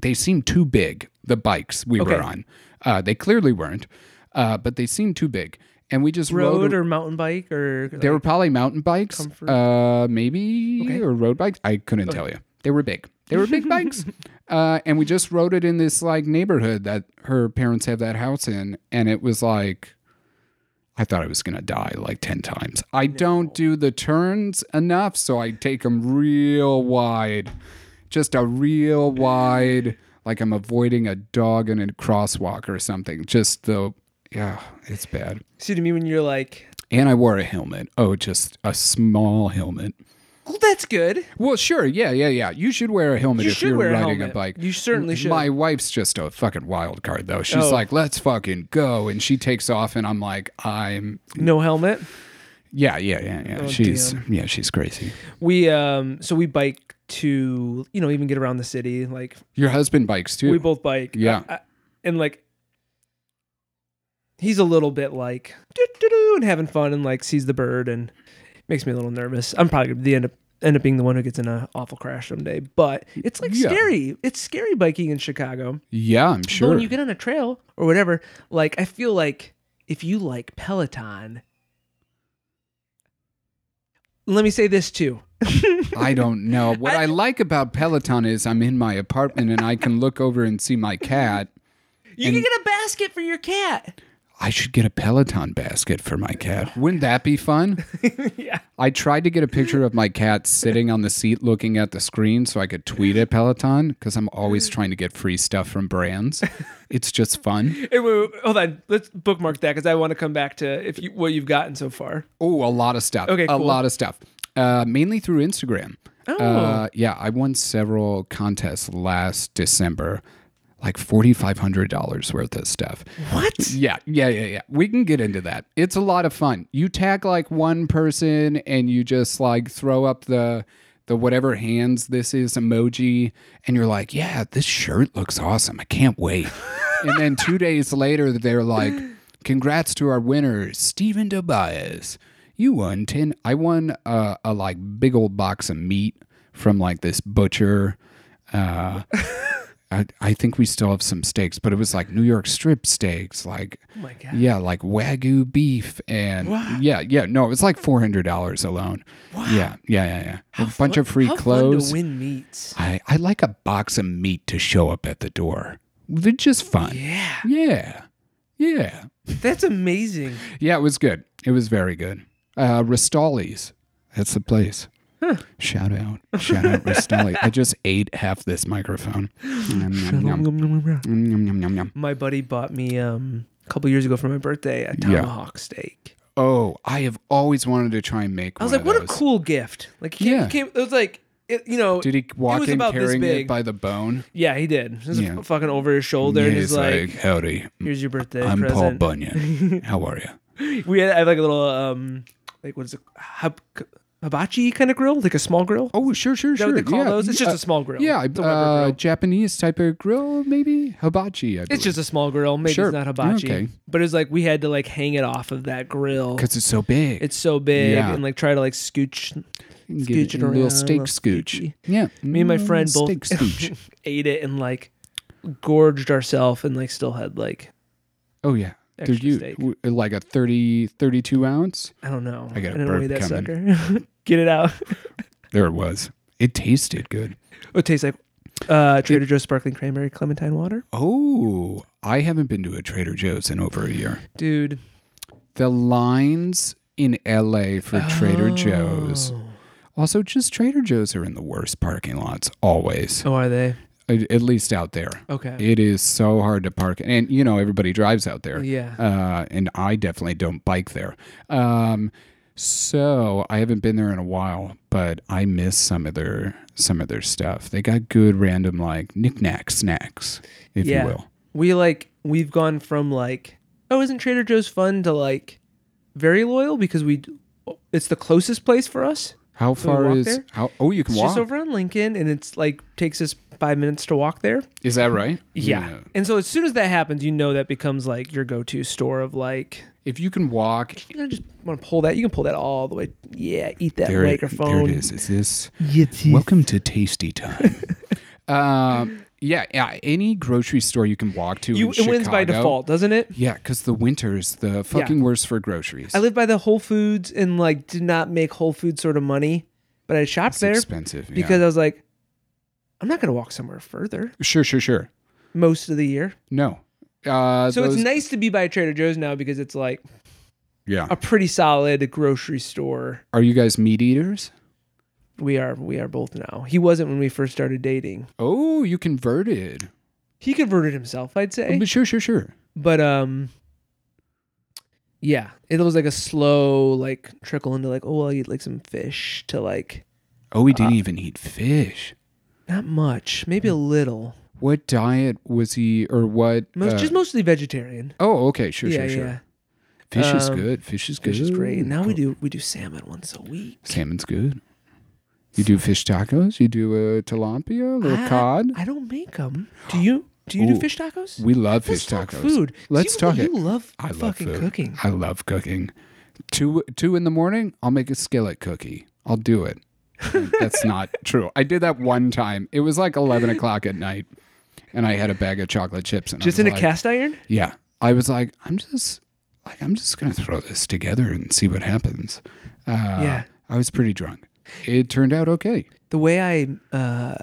S3: They seemed too big. The bikes we
S1: Okay.
S3: were on, uh, they clearly weren't, uh, but they seemed too big. And we just
S1: road,
S3: rode.
S1: or mountain bike or
S3: they were probably mountain bikes,
S1: Comfort?
S3: uh, maybe
S1: Okay.
S3: or road bikes. I couldn't tell you. They were big. They
S1: <laughs>
S3: were big bikes. Uh, and we just rode it in this like neighborhood that her parents have that house in, and it was like I thought I was gonna die like ten times. I don't do the turns enough, so I take them real wide, just a real wide, like I'm avoiding a dog in a crosswalk or something. Just the yeah, it's bad.
S1: see to me when you're like,
S3: And I wore a helmet. Oh, just a small helmet.
S1: well, "Oh, that's good.
S3: Well, sure. Yeah, yeah, yeah. You should wear a helmet
S1: You
S3: if
S1: should
S3: you're
S1: wear a
S3: riding a,
S1: helmet.
S3: bike.
S1: You certainly should.
S3: My wife's just a fucking wild card, though. She's
S1: Oh.
S3: like, let's fucking go. And she takes off, and I'm like, I'm.
S1: No helmet.
S3: Yeah, yeah, yeah, yeah.
S1: Oh,
S3: she's.
S1: damn.
S3: Yeah, she's crazy.
S1: We um so we bike to you know even get around the city like
S3: Your husband bikes too.
S1: we both bike
S3: Yeah.
S1: I- I- and like he's a little bit like doo doo doo and having fun and like sees the bird and makes me a little nervous. I'm probably gonna be- end up end up being the one who gets in an awful crash someday, but it's like
S3: Yeah.
S1: scary. It's scary biking in Chicago.
S3: yeah, I'm
S1: But
S3: sure.
S1: when you get on a trail or whatever, like I feel like if you like Peloton, let me say this too. <laughs>
S3: I don't know. What I like about Peloton is I'm in my apartment and I can look over and see my cat.
S1: You can
S3: And-
S1: get a basket for your cat.
S3: I should get a Peloton basket for my cat. Wouldn't that be fun?
S1: <laughs> yeah.
S3: I tried to get a picture of my cat sitting on the seat looking at the screen so I could tweet at Peloton because I'm always trying to get free stuff from brands. It's just fun.
S1: Hey, wait, wait, wait, hold on. Let's bookmark that because I want to come back to if you, what you've gotten so far.
S3: Oh, a lot of stuff.
S1: Okay,
S3: a
S1: cool.
S3: lot of stuff. Uh, mainly through Instagram.
S1: Oh.
S3: Uh, yeah, I won several contests last December, like $4,500 worth of stuff.
S1: What?
S3: Yeah, yeah, yeah, yeah. We can get into that. It's a lot of fun. You tag like one person and you just like throw up the the whatever hands this is emoji and you're like, "Yeah, this shirt looks awesome. I can't wait." and then 2 days later they're like, Congrats to our winner, Stephen Tobias. You won 10. I won uh, a like big old box of meat from like this butcher. Uh, I, I think we still have some steaks, but it was like New York strip steaks, like
S1: Oh my god.
S3: yeah, like wagyu beef and yeah, yeah. No, it was like four hundred dollars alone. Yeah, yeah, yeah, yeah. a bunch of free
S1: How
S3: clothes.
S1: Fun to win meats.
S3: I, I like a box of meat to show up at the door. They're just fun.
S1: Yeah,
S3: Yeah. Yeah.
S1: that's amazing.
S3: Yeah, it was good. It was very good. Uh, Ristoli's. That's the place. Shout out. Shout
S1: <laughs>
S3: out Ristoli. I just ate half this microphone.
S1: <laughs>
S3: Nom, nom, nom. Mm, nom, nom, nom, nom.
S1: My buddy bought me um, a couple years ago for my birthday a
S3: Yeah.
S1: tomahawk steak.
S3: Oh, I have always wanted to try and make
S1: I was like,
S3: one of
S1: what a
S3: those.
S1: cool gift. Like, he came,
S3: Yeah.
S1: he came, it was like, it, you know,
S3: Did he walk
S1: was
S3: in
S1: about this
S3: carrying
S1: big.
S3: it by the bone?
S1: yeah, he did. He was
S3: Yeah.
S1: fucking over his shoulder, and
S3: Yeah,
S1: he's like,
S3: howdy.
S1: here's your birthday
S3: I'm Paul
S1: present. <laughs>
S3: Bunyan. How are you?
S1: we had I had like a little um like what is it hab- hibachi kind of grill, like a small grill.
S3: Oh, sure, sure,
S1: that
S3: sure.
S1: what they call
S3: yeah,
S1: those? It's just
S3: uh,
S1: a small grill.
S3: Yeah,
S1: It's a rubber
S3: uh,
S1: grill.
S3: Japanese type of grill, maybe hibachi. I
S1: It's just a small grill. Maybe
S3: Sure.
S1: it's not hibachi,
S3: Okay.
S1: but it's like we had to like hang it off of that grill.
S3: because it's so big.
S1: It's so big,
S3: Yeah.
S1: and like try to like scooch.
S3: You can give it
S1: scooch it
S3: a
S1: around,
S3: little steak
S1: little
S3: scooch.
S1: scoochy.
S3: Yeah,
S1: Me and my
S3: mm,
S1: friend both <laughs>
S3: steak scooch.
S1: ate it and like gorged ourselves, and like still had like
S3: oh yeah, dude,
S1: Extra
S3: you
S1: steak.
S3: w- like a 30, 32 ounce?
S1: I don't know.
S3: I got a
S1: didn't
S3: burp
S1: weigh that
S3: coming.
S1: sucker. <laughs> Get it out.
S3: There it was. It tasted good.
S1: it tastes like uh, Trader Joe's sparkling cranberry clementine water,
S3: Oh, I haven't been to a Trader Joe's in over a year.
S1: dude.
S3: The lines in LA for Trader Joe's.
S1: Oh.
S3: Also, just Trader Joe's are in the worst parking lots always,
S1: Oh, are they
S3: at, at least out there.
S1: okay?
S3: It is so hard to park, and you know everybody drives out there.
S1: Yeah.
S3: uh, and I definitely don't bike there. Um, so I haven't been there in a while, but I miss some of their some of their stuff. They got good random like knickknack snacks, if you will.
S1: We like we've gone from like oh isn't Trader Joe's fun to like very loyal because we it's the closest place for us.
S3: How
S1: we
S3: far
S1: walk
S3: is
S1: there?
S3: how? Oh, you can
S1: It's
S3: walk.
S1: just over on Lincoln and it's like takes us 5 minutes to walk there.
S3: is that right?
S1: And so as soon as that happens, you know that becomes like your go-to store of like
S3: If you can walk,
S1: I just want to pull that. You can pull that all the way. Yeah, eat that
S3: there it,
S1: microphone.
S3: there it is.
S1: <laughs>
S3: Is this?
S1: Your teeth.
S3: Welcome to
S1: <laughs>
S3: Tasty Time. um, yeah, yeah. Any grocery store you can walk to.
S1: You,
S3: in
S1: it wins by
S3: Chicago.
S1: default, doesn't it?
S3: Yeah, because the winter's the fucking worst for groceries.
S1: I lived by the Whole Foods and like did not make Whole Foods sort of money, but I shopped
S3: it's
S1: there
S3: expensive. yeah.
S1: because I was like, I'm not going to walk somewhere further
S3: sure, sure, sure.
S1: most of the year.
S3: No. Uh,
S1: So
S3: those-
S1: it's nice to be by Trader Joe's now because it's like
S3: Yeah.
S1: a pretty solid grocery store.
S3: Are you guys meat eaters?
S1: We are we are both now. He wasn't when we first started dating.
S3: Oh, you converted.
S1: He converted himself, I'd say.
S3: But sure, sure, sure.
S1: But um yeah, it was like a slow like trickle into like, oh, I'll eat like some fish to like
S3: Oh, we
S1: Uh,
S3: didn't even eat fish.
S1: not much, maybe a
S3: Mm.
S1: little.
S3: What diet was he, or what?
S1: Most,
S3: uh,
S1: just mostly vegetarian.
S3: oh, okay, sure,
S1: yeah,
S3: sure, sure.
S1: yeah.
S3: Fish is
S1: Um,
S3: good. Fish is good.
S1: Fish is great. Now we do we do salmon once a week.
S3: Salmon's good. You do fish tacos. You do a tilapia, a little
S1: I-
S3: cod.
S1: I don't make them. Do you? Do you do
S3: Ooh.
S1: fish tacos?
S3: we love
S1: Let's
S3: fish
S1: talk
S3: tacos.
S1: Food.
S3: Let's
S1: you,
S3: talk
S1: You
S3: it.
S1: love
S3: I love
S1: fucking
S3: food.
S1: cooking.
S3: I love cooking. Two two in the morning, I'll make a skillet cookie. I'll do it.
S1: <laughs>
S3: That's not true. I did that one time. It was like eleven o'clock at night, and I had a bag of chocolate chips. And I
S1: Just
S3: was
S1: in a
S3: like-
S1: cast iron.
S3: Yeah, I was like, I'm just like I'm just gonna throw this together and see what happens. Uh,
S1: Yeah.
S3: I was pretty drunk. It turned out okay.
S1: The way I uh,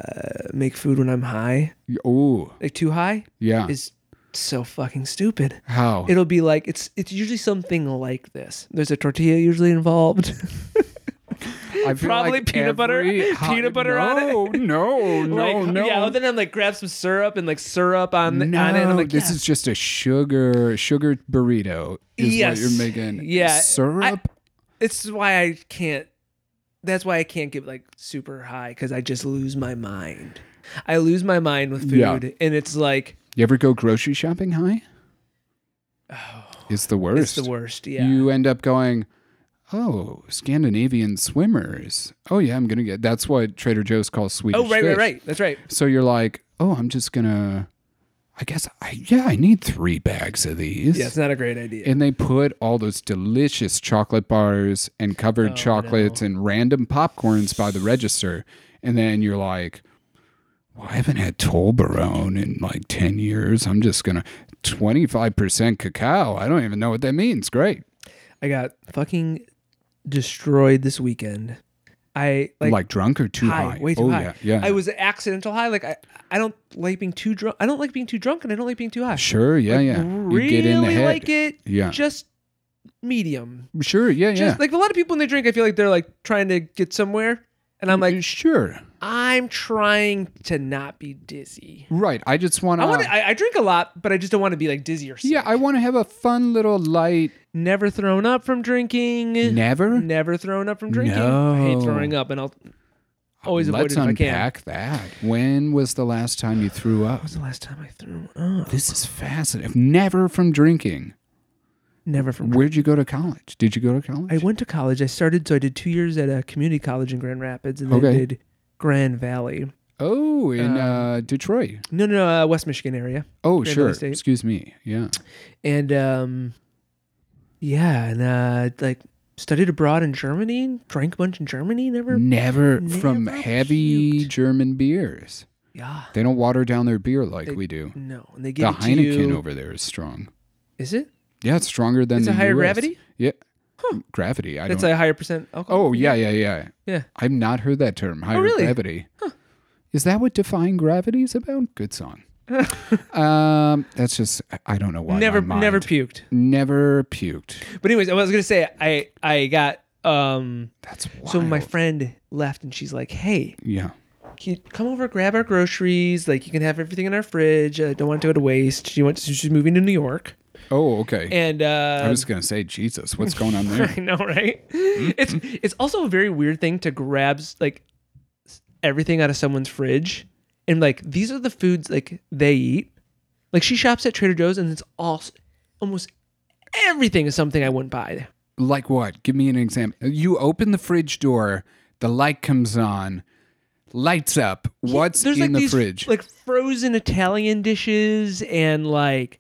S1: make food when I'm high,
S3: Oh
S1: like too high,
S3: yeah.
S1: is so fucking stupid.
S3: How?
S1: It'll be like it's it's usually something like this. There's a tortilla usually involved.
S3: I feel
S1: probably peanut butter- <laughs>
S3: every hot-
S1: peanut butter on it.
S3: no, No, <laughs> no,
S1: <laughs> like,
S3: no.
S1: Yeah. Then I'm like grab some syrup and like syrup on the,
S3: No,
S1: on it. and I'm like,
S3: this
S1: yeah.
S3: is just a sugar sugar burrito. Is
S1: Yes.
S3: what you're making.
S1: Yeah,
S3: syrup.
S1: It's why I can't. That's why I can't get like super high because I just lose my mind. I lose my mind with food,
S3: Yeah.
S1: and it's like
S3: you ever go grocery shopping high? it's the worst.
S1: oh, it's the worst. Yeah,
S3: You end up going. Oh, Scandinavian swimmers. Oh yeah, I'm gonna get. That's what Trader Joe's calls Swedish.
S1: Oh, right, right,
S3: fish.
S1: right. That's right.
S3: So you're like, oh, I'm just gonna, I guess I yeah, I need three bags of these.
S1: Yeah, it's not a great idea.
S3: And they put all those delicious chocolate bars and covered
S1: Oh,
S3: chocolates
S1: no.
S3: and random popcorns by the register. And then you're like, well, I haven't had Tolbarone in like 10 years. I'm just going to 25% cacao. I don't even know what that means. Great.
S1: I got fucking destroyed this weekend. I like,
S3: Like, drunk or too high?
S1: way too
S3: oh,
S1: high.
S3: Yeah. yeah.
S1: I was accidental high. Like I, I don't like being too drunk. I don't like being too drunk, and I don't like being too high.
S3: Sure. Yeah.
S1: Like,
S3: yeah.
S1: Really
S3: you get in the head.
S1: like it.
S3: Yeah.
S1: Just medium.
S3: Sure. Yeah. Yeah.
S1: Just like a lot of people when they drink, I feel like they're like trying to get somewhere, and I'm like,
S3: sure.
S1: I'm trying to not be dizzy.
S3: Right. I just want
S1: I want. to. I, I drink a lot, but I just don't want to be like dizzy or sick.
S3: Yeah. I want to have a fun little light.
S1: Never thrown up from drinking.
S3: Never.
S1: Never thrown up from drinking.
S3: No.
S1: I hate throwing up, and I'll always avoid
S3: Let's
S1: it if I can.
S3: unpack that. When was the last time you threw up?
S1: When's the last time I threw up?
S3: This is fascinating. Never from drinking.
S1: Never from.
S3: Where'd you go to college? Did you go to college?
S1: I went to college. I started, so I did two years at a community college in Grand Rapids, and then
S3: Okay.
S1: did Grand Valley.
S3: oh, in
S1: um,
S3: uh, Detroit.
S1: No, no, no, uh, West Michigan area,
S3: Oh,
S1: Grand
S3: sure.
S1: Valley State.
S3: Excuse me. Yeah.
S1: and um, yeah, and uh, like studied abroad in Germany, drank a bunch in Germany. Never.
S3: Mm. Never, from
S1: Never
S3: heavy
S1: puked.
S3: German beers.
S1: Yeah.
S3: They don't water down their beer like
S1: They-
S3: we do.
S1: No, and they
S3: The
S1: give it to
S3: Heineken
S1: you-
S3: over there is strong.
S1: Is it?
S3: Yeah, it's stronger than
S1: It's a
S3: the
S1: higher
S3: US.
S1: gravity?
S3: Yeah. Gravity. I
S1: That's
S3: don't.
S1: a higher percent alcohol.
S3: oh, yeah, yeah, yeah.
S1: Yeah.
S3: I've not heard that term, higher
S1: Oh, really?
S3: gravity. Is that what Defying Gravity is about?
S1: <laughs>
S3: Good song. um, that's just I don't know why. my
S1: never,
S3: mind-
S1: never puked.
S3: never puked.
S1: But anyways, I was gonna say I I got um.
S3: That's wild.
S1: So my friend left, and she's like, "Hey,
S3: yeah.
S1: can you come over, grab our groceries. Like you can have everything in our fridge. I don't want it to go to waste." She went. she's moving to New York,
S3: Oh, okay.
S1: and uh,
S3: I was gonna say
S1: <laughs>
S3: Jesus. What's going on there?
S1: I know, right?
S3: Mm-hmm.
S1: it's it's also a very weird thing to grab s- like s- everything out of someone's fridge, and like these are the foods like they eat. Like she shops at Trader Joe's, and it's all s- almost everything is something I wouldn't buy.
S3: like what? Give me an example. You open the fridge door. The light comes on. Lights up. What's in
S1: there's like
S3: the
S1: these
S3: fridge?
S1: like frozen Italian dishes and like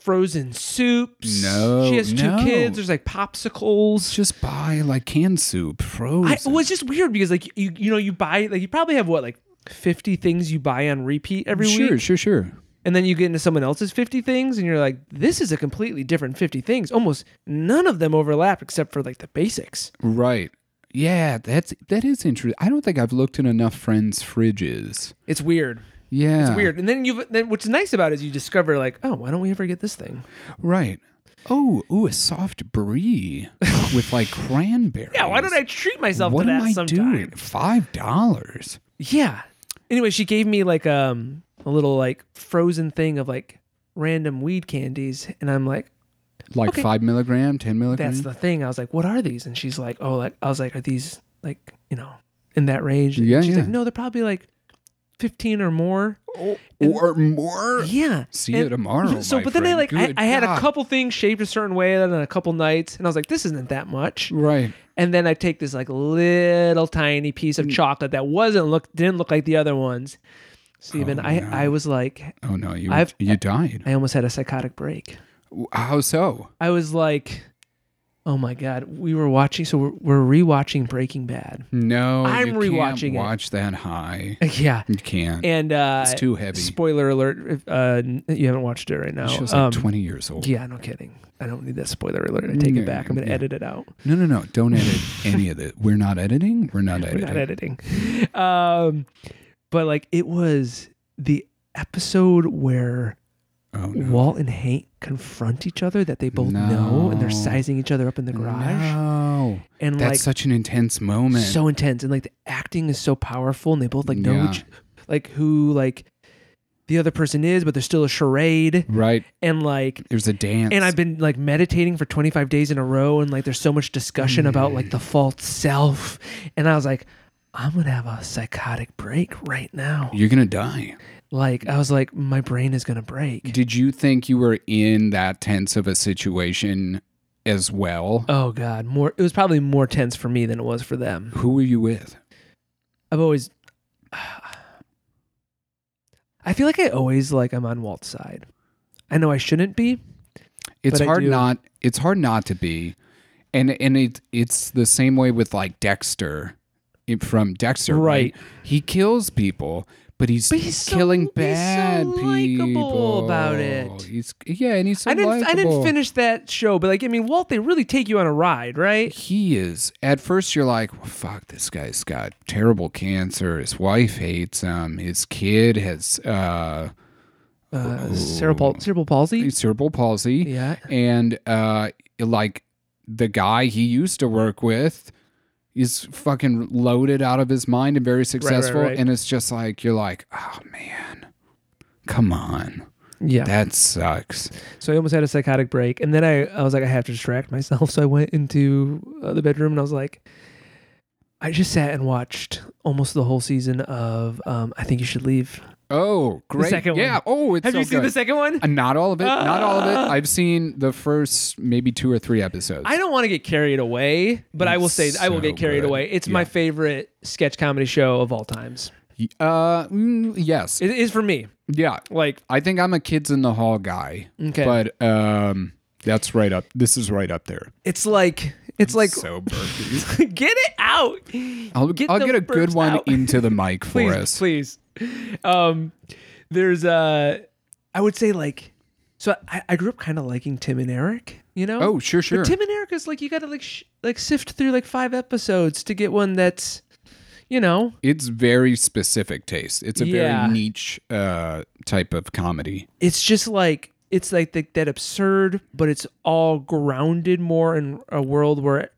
S1: frozen soups.
S3: No,
S1: she has
S3: no.
S1: two kids. There's like popsicles.
S3: just buy like canned soup, frozen.
S1: I, well, it's just weird because like you you know you buy like you probably have what like. 50 things you buy on repeat every
S3: sure,
S1: week
S3: sure, sure.
S1: and then you get into someone else's 50 things and you're like this is a completely different 50 things almost none of them overlap except for like the basics
S3: Right. Yeah, that's that is interesting. I don't think I've looked in enough friends' fridges.
S1: it's weird
S3: Yeah.
S1: it's weird and then you then what's nice about it is you discover like oh why don't we ever get this thing
S3: Right. Oh, ooh, a soft brie with like cranberry.
S1: yeah why don't i treat myself
S3: What
S1: to that
S3: am I
S1: sometime
S3: doing? Five dollars.
S1: Yeah. Anyway, she gave me like um a little like frozen thing of like random weed candies, and I'm like,
S3: Like
S1: Okay.
S3: five milligram, ten milligram.
S1: that's the thing. I was like, what are these? And she's like, oh, like I was like, are these like you know in that range? And
S3: Yeah,
S1: she's like,
S3: yeah.
S1: no, they're probably like fifteen or more.
S3: or more.
S1: oh, Yeah.
S3: See you tomorrow,
S1: <laughs> So,
S3: my
S1: but then I
S3: friend.
S1: like I,
S3: Good
S1: I had a
S3: God.
S1: couple things shaped a certain way, then a couple nights, and I was like, this isn't that much.
S3: Right.
S1: and then I take this like little tiny piece
S3: Mm.
S1: of chocolate that wasn't look didn't look like the other ones. Steven, I I was like
S3: Oh no, you
S1: I've-
S3: you died.
S1: I almost had a psychotic break.
S3: How so?
S1: I was like, oh my god, we were watching so we're, we're rewatching Breaking Bad.
S3: No,
S1: I'm
S3: you
S1: rewatching
S3: can't
S1: it.
S3: watch that high.
S1: <laughs> yeah,
S3: You can't.
S1: and uh,
S3: it's too heavy.
S1: Spoiler alert! If uh, n- you haven't watched it right now,
S3: she was like
S1: um,
S3: twenty years old.
S1: yeah, no kidding. I don't need that spoiler alert. I take
S3: Yeah,
S1: it back. I'm gonna
S3: yeah.
S1: edit it out.
S3: No, no, no. Don't edit any of it. We're not editing. We're not
S1: We're
S3: editing.
S1: not editing. Um, but like it was the episode where
S3: Oh, no.
S1: Walt and Hank confront each other that they both know and they're
S3: No.
S1: sizing each other up in the garage.
S3: No.
S1: And
S3: That's
S1: like
S3: such an intense moment.
S1: so intense. And like the acting is so powerful and they both like know
S3: Yeah.
S1: each, like who like the other person is, but there's still a charade.
S3: right.
S1: And like
S3: There's a dance.
S1: and I've been like meditating for 25 days in a row and like there's so much discussion about like the false self. And I was like, I'm gonna have a psychotic break right now.
S3: You're going to die.
S1: Like I was like, my brain is gonna break.
S3: Did you think you were in that tense of a situation as well?
S1: Oh God, more. It was probably more tense for me than it was for them.
S3: Who were you with?
S1: I've always, I feel like I always like I'm on Walt's side. I know I shouldn't be.
S3: It's
S1: But I
S3: hard
S1: do-
S3: not. It's hard not to be, and and it it's the same way with like Dexter, in- from Dexter, right?
S1: Right.
S3: He kills people, but he's,
S1: But he's so-
S3: killing
S1: he's so
S3: bad people
S1: likable about it.
S3: He's yeah, and he's so
S1: I didn't I didn't
S3: likable.
S1: finish that show, but like I mean Walt they really take you on a ride, right?
S3: He is. At first, you're like, well, "Fuck, this guy's got terrible cancer. His wife hates him. His kid has uh,
S1: Uh, cerebral cerebral palsy.
S3: cerebral palsy."
S1: Yeah.
S3: and uh like the guy he used to work with is fucking loaded out of his mind and very successful
S1: right.
S3: and it's just like you're like oh man come on
S1: Yeah.
S3: that sucks
S1: So I almost had a psychotic break. And then I, I was like, I have to distract myself. <laughs> So I went into uh, the bedroom and I was like, I just sat and watched almost the whole season of um, I Think You Should Leave.
S3: oh great
S1: second
S3: yeah
S1: one.
S3: oh it's
S1: have
S3: so
S1: you seen
S3: good.
S1: the second one?
S3: Uh, not all of it not all of it
S1: Ah.
S3: i've seen the first maybe two or three episodes
S1: I don't want to get carried away, but I will
S3: It's
S1: say I will
S3: so
S1: get carried
S3: good.
S1: away. It's
S3: Yeah.
S1: my favorite sketch comedy show of all times.
S3: uh mm, yes
S1: It is for me.
S3: yeah
S1: Like,
S3: i think i'm a kids in the hall guy
S1: Okay.
S3: but um that's right up this is right up there
S1: it's like, it's like,
S3: so burpy
S1: <laughs> get it out.
S3: I'll
S1: Get
S3: I'll
S1: the
S3: get a good
S1: burps
S3: one
S1: out.
S3: into
S1: <laughs>
S3: the mic for
S1: please,
S3: us.
S1: please. Um, there's uh, I would say like, so I, I grew up kind of liking Tim and Eric, you know.
S3: Oh, sure, sure.
S1: But Tim and Eric is like you got to like sh- like sift through like five episodes to get one that's, you know,
S3: It's very specific taste. It's a
S1: Yeah.
S3: very niche uh, type of comedy.
S1: it's just like it's like the, that absurd, but it's all grounded more in a world where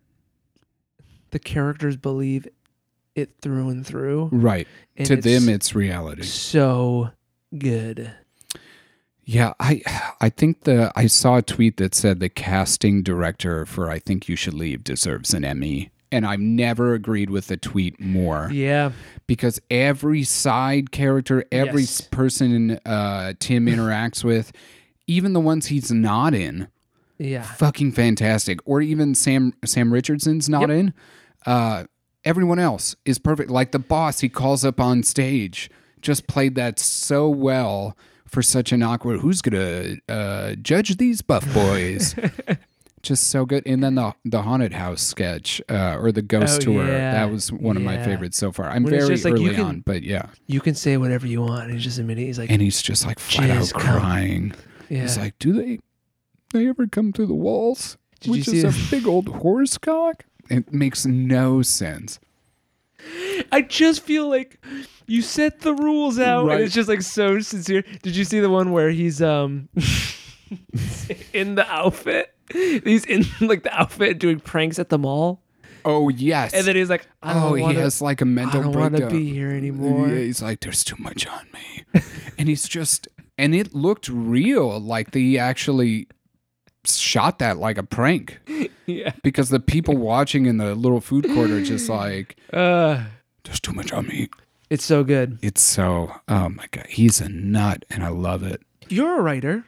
S1: the characters believe it through and through.
S3: Right.
S1: And
S3: to
S1: it's
S3: them it's reality.
S1: so good.
S3: Yeah, I I think the I saw a tweet that said the casting director for I Think You Should Leave deserves an Emmy. And I've never agreed with the tweet more.
S1: Yeah.
S3: because every side character, every
S1: Yes.
S3: person uh, Tim interacts with, even the ones he's not in,
S1: Yeah.
S3: fucking fantastic. Or even Sam Sam Richardson's not in. Uh, everyone else is perfect. Like the boss he calls up on stage just played that so well for such an awkward. Who's gonna uh, judge
S1: <laughs>
S3: these buff boys? just so good. And then the the haunted house sketch uh, or the ghost
S1: Oh,
S3: tour
S1: yeah.
S3: that was one of my
S1: Yeah.
S3: favorites so far. I'm
S1: When it's
S3: very
S1: just like you
S3: early
S1: can-
S3: on, but yeah.
S1: you can say whatever you want. He's just admitting he's like,
S3: And he's just like flat out
S1: Jizz cum.
S3: crying.
S1: yeah.
S3: He's like, do they they ever come through the walls?
S1: Did you
S3: Which
S1: see
S3: is
S1: that?
S3: a big old horse cock. It makes no sense.
S1: I just feel like you set the rules out,
S3: Right.
S1: and it's just like so sincere. Did you see the one where he's um <laughs> in the outfit? He's in like the outfit doing pranks at the mall,
S3: Oh yes.
S1: and then he's like, I don't
S3: oh,
S1: wanna,
S3: he has like a mental
S1: I don't want to
S3: breakdown.
S1: be here anymore.
S3: Yeah, he's like, there's too much on me, <laughs> and he's just, and it looked real. Like they actually shot that like a prank
S1: <laughs> Yeah.
S3: because the people watching in the little food court are
S1: <laughs>
S3: just like,
S1: Uh,
S3: there's too much on me.
S1: it's so good.
S3: It's so, oh my god, he's a nut, and I love it.
S1: You're a writer,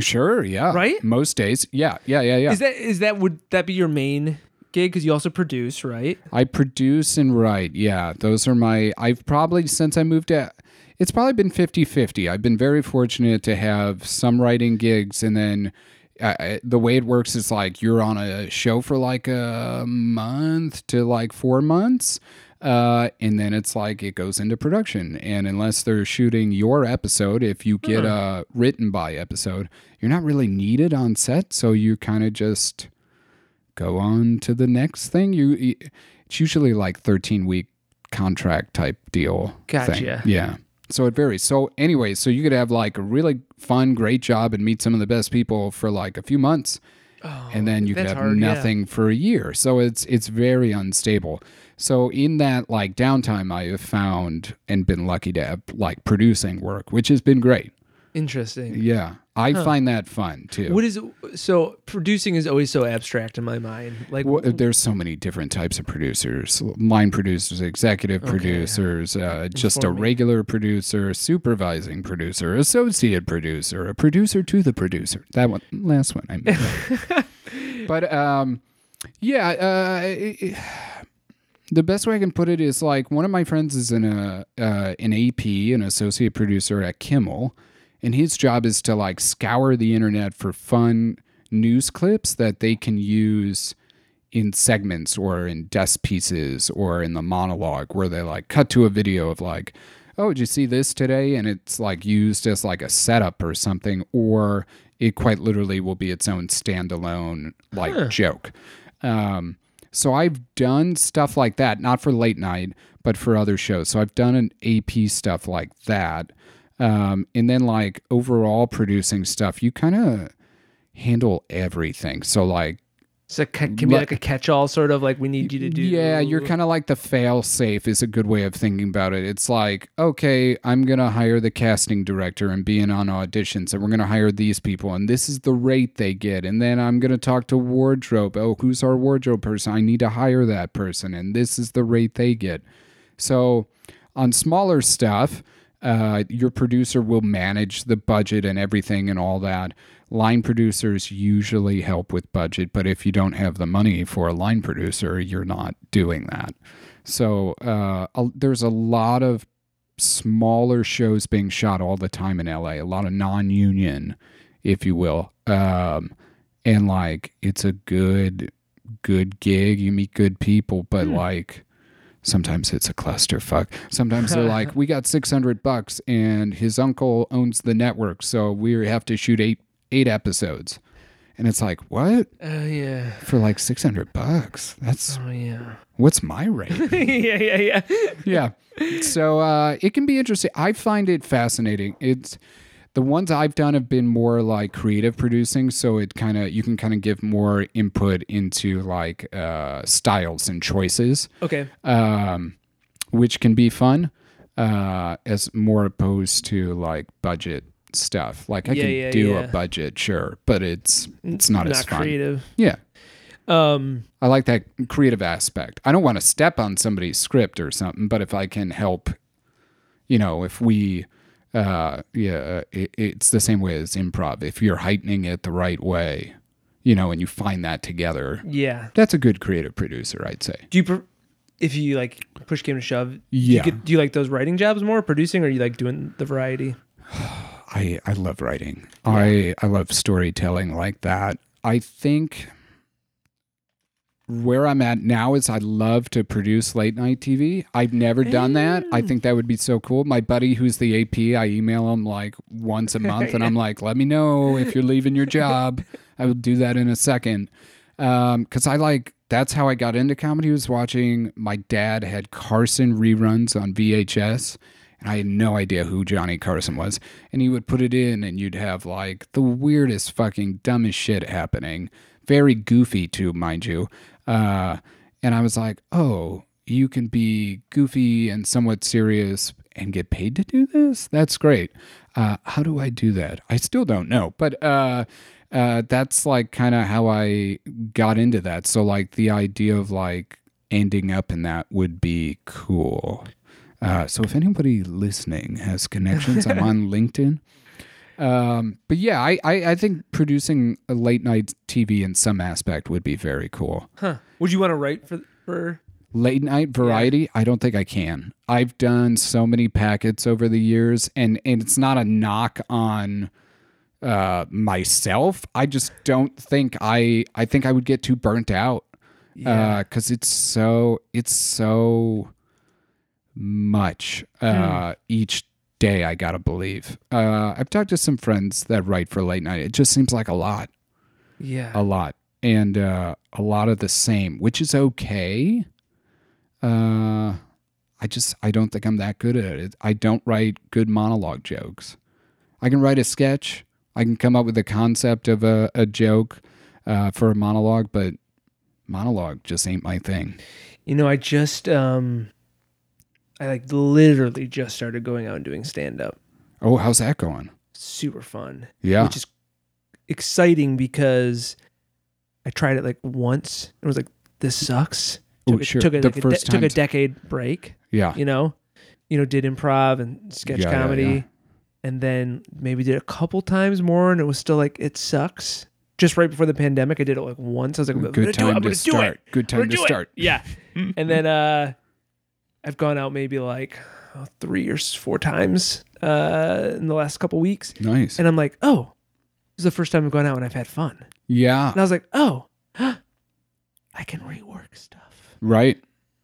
S3: Sure, yeah,
S1: Right?
S3: Most days, yeah, yeah, yeah, yeah.
S1: is that is that would that be your main gig? Because you also produce, right?
S3: I produce and write. Yeah, those are my. I've probably, since I moved to, it's probably been 50 50. I've been very fortunate to have some writing gigs. And then uh, uh, the way it works is like you're on a show for like a month to like four months. Uh, and then it's like it goes into production. And unless they're shooting your episode, if you get
S1: Hmm.
S3: a written by episode, you're not really needed on set. So you kind of just go on to the next thing. You it's usually like 13 week contract type deal. thing.
S1: Gotcha.
S3: Yeah. So it varies. So anyway, so you could have like a really fun, great job and meet some of the best people for like a few months. and then you could
S1: Oh, that's
S3: have
S1: hard, yeah.
S3: nothing for a year. So it's it's very unstable. So in that like downtime I have found and been lucky to have like producing work, which has been great.
S1: Interesting.
S3: Yeah. I find that fun too.
S1: What is so producing is always so abstract in my mind. Like
S3: Well, there's so many different types of producers line producers, executive producers, uh, just a
S1: Inform me.
S3: regular producer, supervising producer, associate producer, a producer to the producer. That one, last one. I mean. but um, yeah, uh, the best way I can put it is like one of my friends is an uh, uh, an AP, an associate producer at Kimmel, and his job is to like scour the internet for fun news clips that they can use in segments or in desk pieces or in the monologue where they like cut to a video of like oh did you see this today and it's like used as like a setup or something or it quite literally will be its own standalone like joke um, so I've done stuff like that, not for late night, but for other shows. So I've done an AP stuff like that. Um, and then like overall producing stuff, you kind of handle everything. So like,
S1: So it ca- can be
S3: Lu-
S1: like a catch-all, sort of like we need you to do.
S3: yeah, you're kind of like the fail safe is a good way of thinking about it. It's like, okay, I'm going to hire the casting director and be in on auditions and we're going to hire these people and this is the rate they get. And then I'm going to talk to wardrobe. Oh, who's our wardrobe person? I need to hire that person and this is the rate they get. So on smaller stuff, uh, your producer will manage the budget and everything and all that. Line producers usually help with budget, but if you don't have the money for a line producer, you're not doing that. So uh, a- there's a lot of smaller shows being shot all the time in LA, a lot of non union, if you will. Um, and like, it's a good, good gig. You meet good people, but like, Sometimes it's a clusterfuck. Sometimes they're like, we got 600 bucks and his uncle owns the network, so we have to shoot eight eight episodes. And it's like, what?
S1: Oh yeah.
S3: For like 600 bucks? That's
S1: Oh
S3: <laughs>
S1: yeah. <laughs>
S3: what's my rate?
S1: yeah, yeah, yeah.
S3: yeah. So uh, it can be interesting. I find it fascinating. It's the ones I've done have been more like creative producing, so it kind of you can kind of give more input into like uh, styles and choices.
S1: Okay.
S3: um, which can be fun uh, as more opposed to like budget stuff. Like I
S1: Yeah,
S3: can
S1: yeah,
S3: do
S1: yeah.
S3: a budget, sure, but it's it's not, as
S1: Not
S3: fun.
S1: creative.
S3: Yeah,
S1: Um.
S3: I like that creative aspect. I don't want to step on somebody's script or something, but if I can help, you know, if we. Uh, yeah, it, it's the same way as improv. If you're heightening it the right way, you know, and you find that together,
S1: Yeah.
S3: that's a good creative producer, I'd say.
S1: Do you, pre- if you like push game to shove, do you,
S3: Yeah.
S1: get, do you like those writing jobs more, producing, or you like doing the variety?
S3: I I love writing. I I love storytelling like that. I think where I'm at now is I love to produce late night TV. I've never done that. I think that would be so cool. My buddy who's the AP, I email him like once a month and I'm like, "Let me know if you're leaving your job. I will do that in a second. Um, cuz I like that's how I got into comedy was watching my dad had Carson reruns on VHS and I had no idea who Johnny Carson was. And he would put it in, and you'd have like the weirdest, fucking dumbest shit happening. Very goofy, too, mind you. Uh, and I was like, oh, you can be goofy and somewhat serious and get paid to do this? That's great. Uh, how do I do that? I still don't know. But uh, uh, that's like kind of how I got into that. So, like, the idea of like ending up in that would be cool. Uh, so if anybody listening has connections, I'm on LinkedIn. Um, but yeah, I, I, I think producing a late night TV in some aspect would be very cool.
S1: Huh. Would you want to write for for?
S3: Late night variety, I don't think I can. I've done so many packets over the years, and, and it's not a knock on uh, myself. I just don't think I I think I would get too burnt out
S1: Yeah.
S3: because it's so it's so much uh, each day. I gotta believe. Uh, I've talked to some friends that write for late night. It just seems like a lot,
S1: yeah.
S3: a lot, and uh, a lot of the same, which is okay. Uh, I just I don't think I'm that good at it. I don't write good monologue jokes. I can write a sketch. I can come up with a concept of a, a joke uh, for a monologue, but monologue just ain't my thing.
S1: you know, I just um, I like literally just started going out and doing stand up.
S3: Oh, how's that going?
S1: Super fun.
S3: Yeah.
S1: Which is exciting because I tried it like once and was like, this sucks.
S3: Ooh,
S1: Took, a-
S3: sure.
S1: took a,
S3: The
S1: like, a de-
S3: first
S1: took a
S3: times.
S1: decade break.
S3: yeah.
S1: you know, you know, did improv and sketch
S3: Yeah, yeah,
S1: comedy,
S3: yeah.
S1: and then maybe did a couple times more, and it was still like it sucks. just right before the pandemic. I did it like once. I was like, I'm gonna
S3: Good
S1: do it. I'm gonna
S3: time to
S1: do it.
S3: start. Good
S1: I'm
S3: time
S1: gonna
S3: to
S1: do it."
S3: start. <laughs>
S1: Yeah. and then uh, I've gone out maybe like oh, three or s- four times uh, in the last couple weeks,
S3: Nice.
S1: and I'm like, oh, this is the first time I've gone out and I've had fun.
S3: Yeah.
S1: And I was like, oh, <gasps> I can rework stuff.
S3: Right.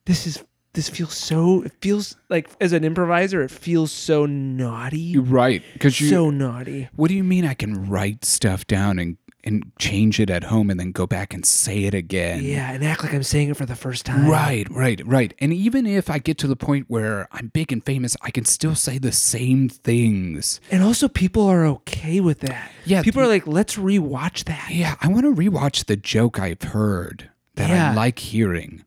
S1: This is this feels so. It feels like as an improviser, it feels so naughty,
S3: You're right. Because you.
S1: so naughty.
S3: what do you mean? I can write stuff down and and change it at home and then go back and say it again.
S1: Yeah, and act like I'm saying it for the first time.
S3: Right, right, right. And even if I get to the point where I'm big and famous, I can still say the same things.
S1: And also, people are okay with that.
S3: Yeah,
S1: people
S3: th-
S1: are like, let's rewatch that.
S3: Yeah, I want to rewatch the joke I've heard that
S1: Yeah.
S3: I like hearing.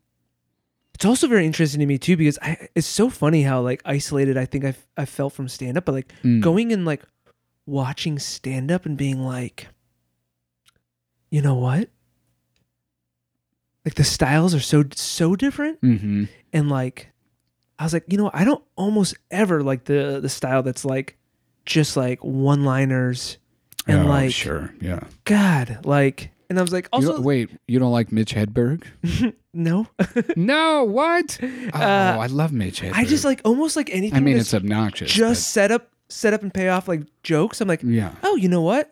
S1: It's also very interesting to me too because I, it's so funny how like isolated I think I I felt from stand up, but like
S3: Mm.
S1: going and like watching stand up and being like, you know what? Like the styles are so so different,
S3: Mm-hmm.
S1: and like I was like, you know, I don't almost ever like the the style that's like just like one liners and
S3: oh,
S1: like
S3: sure, yeah.
S1: God, like, and I was like,
S3: You
S1: also
S3: don't- wait, you don't like
S1: <laughs>
S3: Mitch Hedberg?
S1: no, <laughs>
S3: no, what? Oh,
S1: Uh,
S3: I love Mitch Hedberg.
S1: I just like almost like anything.
S3: I mean,
S1: that's
S3: it's Mm. obnoxious.
S1: just set up, set up and pay off like jokes. I'm like,
S3: but- yeah.
S1: oh, you know what?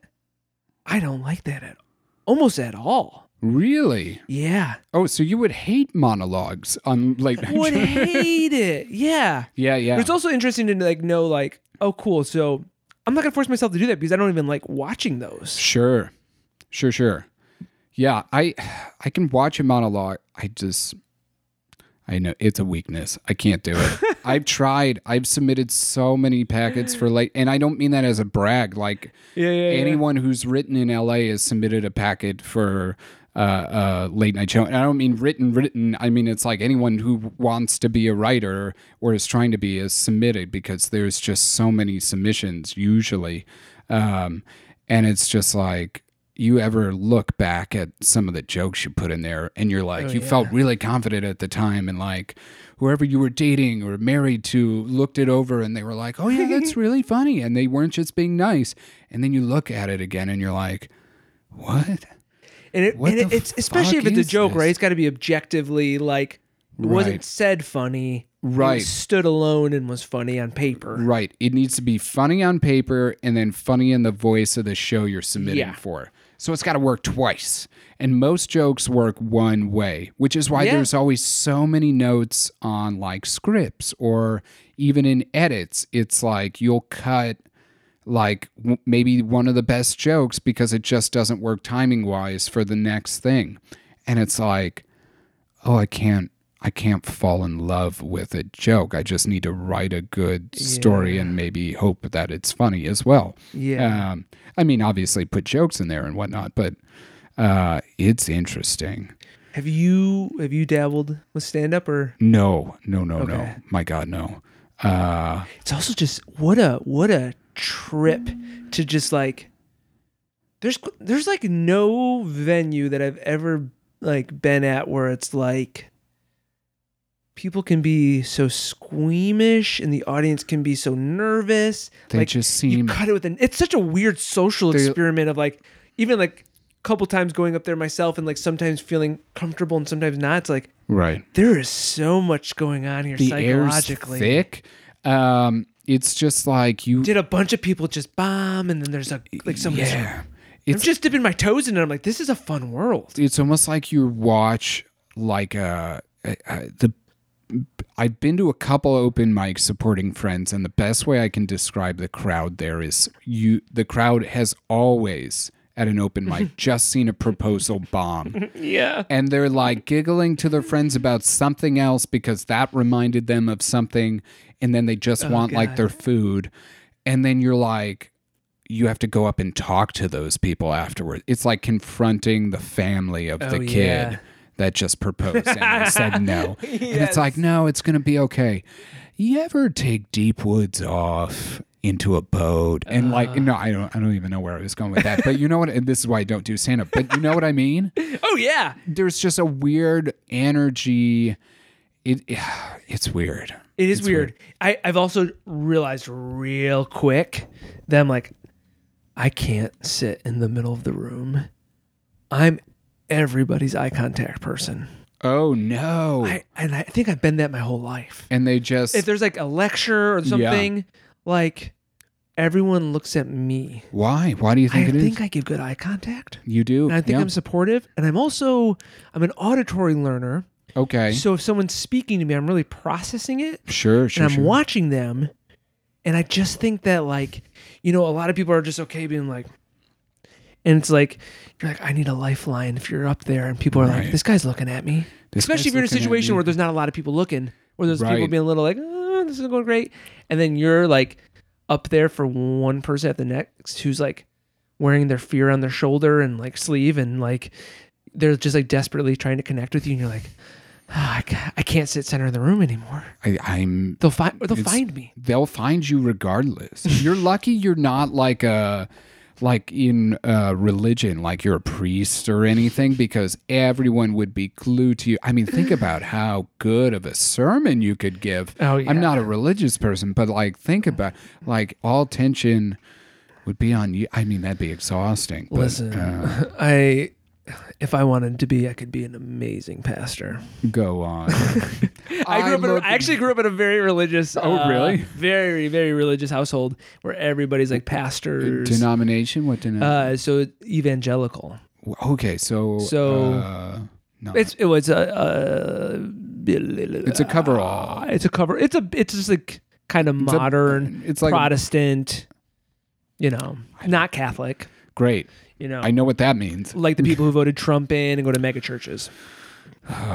S1: I don't like that at almost at all.
S3: Really?
S1: Yeah,
S3: Oh, so you would hate monologues on late night?
S1: <laughs> would hate it. Yeah.
S3: yeah, yeah.
S1: but it's also interesting to like know like, oh, cool. So I'm not gonna force myself to do that because I don't even like watching those.
S3: Sure. Sure, sure. Yeah, I I can watch a monologue. I just I know it's a weakness. I can't do
S1: <laughs>
S3: it. I've tried. I've submitted so many packets for late and I don't mean that as a brag. Like
S1: Yeah, yeah,
S3: anyone who's written in LA has submitted a packet for uh, uh, late night show. And I don't mean written, written. I mean, it's like anyone who wants to be a writer or is trying to be is submitted because there's just so many submissions usually. Um, and it's just like, you ever look back at some of the jokes you put in there and you're like, you felt really confident at the time and like, whoever you were dating or married to looked it over and they were like, oh yeah, that's really funny. And they weren't just being nice. And then you look at it again and you're like, what?
S1: And, it,
S3: What
S1: and it,
S3: the
S1: it's especially if
S3: fuck
S1: it's a
S3: is
S1: joke,
S3: this?
S1: right? It's got to be objectively like it wasn't
S3: Right.
S1: said funny, it
S3: Right.
S1: stood alone and was funny on paper.
S3: Right. It needs to be funny on paper and then funny in the voice of the show you're submitting
S1: Yeah.
S3: for. So it's got to work twice. And most jokes work one way, which is why
S1: Yeah.
S3: there's always so many notes on like scripts or even in edits. It's like you'll cut like w- maybe one of the best jokes because it just doesn't work timing wise for the next thing. And it's like, oh i can't i can't fall in love with a joke i just need to write a good story and maybe hope that it's funny as well
S1: Yeah.
S3: um, i mean obviously put jokes in there and whatnot but uh, it's interesting
S1: Have you have you dabbled with stand up or
S3: no no no
S1: Okay.
S3: no my god no uh,
S1: it's also just what a what a trip to just like there's there's like no venue that I've ever like been at where it's like people can be so squeamish and the audience can be so nervous.
S3: They
S1: like,
S3: just
S1: you
S3: seem-
S1: cut it with an it's such a weird social
S3: They-
S1: experiment of like even like couple times going up there myself and like sometimes feeling comfortable and sometimes not. It's like
S3: right
S1: there is so much going on here
S3: the air's
S1: psychologically.
S3: thick um, it's just like you
S1: Did a bunch of people just bomb and then there's a like some
S3: yeah
S1: I'm just dipping my toes in it. I'm like, this is a fun world.
S3: it's almost like you watch like uh uh, the I've been to a couple open mics supporting friends, and the best way I can describe the crowd there is you. The crowd has always at an open mic just seen a proposal bomb,
S1: Yeah.
S3: and
S1: <laughs>
S3: they're like giggling to their friends about something else because that reminded them of something, and then they just want like
S1: Oh, God.
S3: their food, and then you're like, you have to go up and talk to those people afterward. It's like confronting the family of
S1: Oh,
S3: the kid
S1: yeah.
S3: that just proposed and
S1: <laughs>
S3: I said no. And it's like,
S1: Yes.
S3: no, it's going to be okay. You ever take deep woods off into a boat and
S1: Uh.
S3: like no I don't I don't even know where I was going with that but you know what and this is why I don't do stand up but you know what I mean
S1: Oh yeah.
S3: there's just a weird energy it <sighs> it's weird
S1: It is weird. I, I've also realized real quick that I'm like, I can't sit in the middle of the room I'm everybody's eye contact person.
S3: Oh no.
S1: I, and I think I've been that my whole life.
S3: and they just
S1: If there's like a lecture or something, like everyone looks at me.
S3: why? Why do you think
S1: I
S3: it is?
S1: think I give good eye contact.
S3: you do.
S1: And I think
S3: Yeah.
S1: I'm supportive. And I'm also, I'm an auditory learner.
S3: okay.
S1: So if someone's speaking to me, I'm really processing it.
S3: sure. Sure.
S1: and I'm
S3: sure.
S1: watching them, and I just think that like, you know, a lot of people are just okay being like, and it's like you're like, I need a lifeline if you're up there, and people are like,
S3: Right.
S1: this guy's looking at me,
S3: This
S1: especially
S3: guy's
S1: if you're in a
S3: looking at
S1: situation
S3: me.
S1: where there's not a lot of people looking, or there's people
S3: Right.
S1: being a little like, oh, this isn't going great, and then you're like up there for one person at the next who's like wearing their fear on their shoulder and like sleeve and like they're just like desperately trying to connect with you and you're like "Ah, I ca- I can't sit center of the room anymore
S3: I, I'm.
S1: they'll find they'll
S3: It's-
S1: find me
S3: They'll find you regardless. you're lucky. You're not like a. Like in uh, religion, like you're a priest or anything, because everyone would be glued to you. I mean, think about how good of a sermon you could give.
S1: Oh, yeah.
S3: I'm not a religious person, but like, think about like all tension would be on you. I mean, that'd be exhausting. But,
S1: Listen,
S3: uh,
S1: <laughs> I if I wanted to be, I could be an amazing pastor.
S3: go on.
S1: <laughs> I grew up. In a,
S3: look-
S1: I actually grew up in a very religious.
S3: Oh,
S1: uh,
S3: really?
S1: very very religious household where everybody's like pastors.
S3: denomination. What denomination?
S1: uh, so evangelical.
S3: Okay, so
S1: So-
S3: uh, no, it's
S1: It's it was a, a it's
S3: a coverall.
S1: It's a cover. It's a it's just like kind of modern
S3: It's like
S1: Protestant. You know, not Catholic.
S3: great.
S1: You know,
S3: I know what that means.
S1: like the people who voted Trump in and go to mega churches.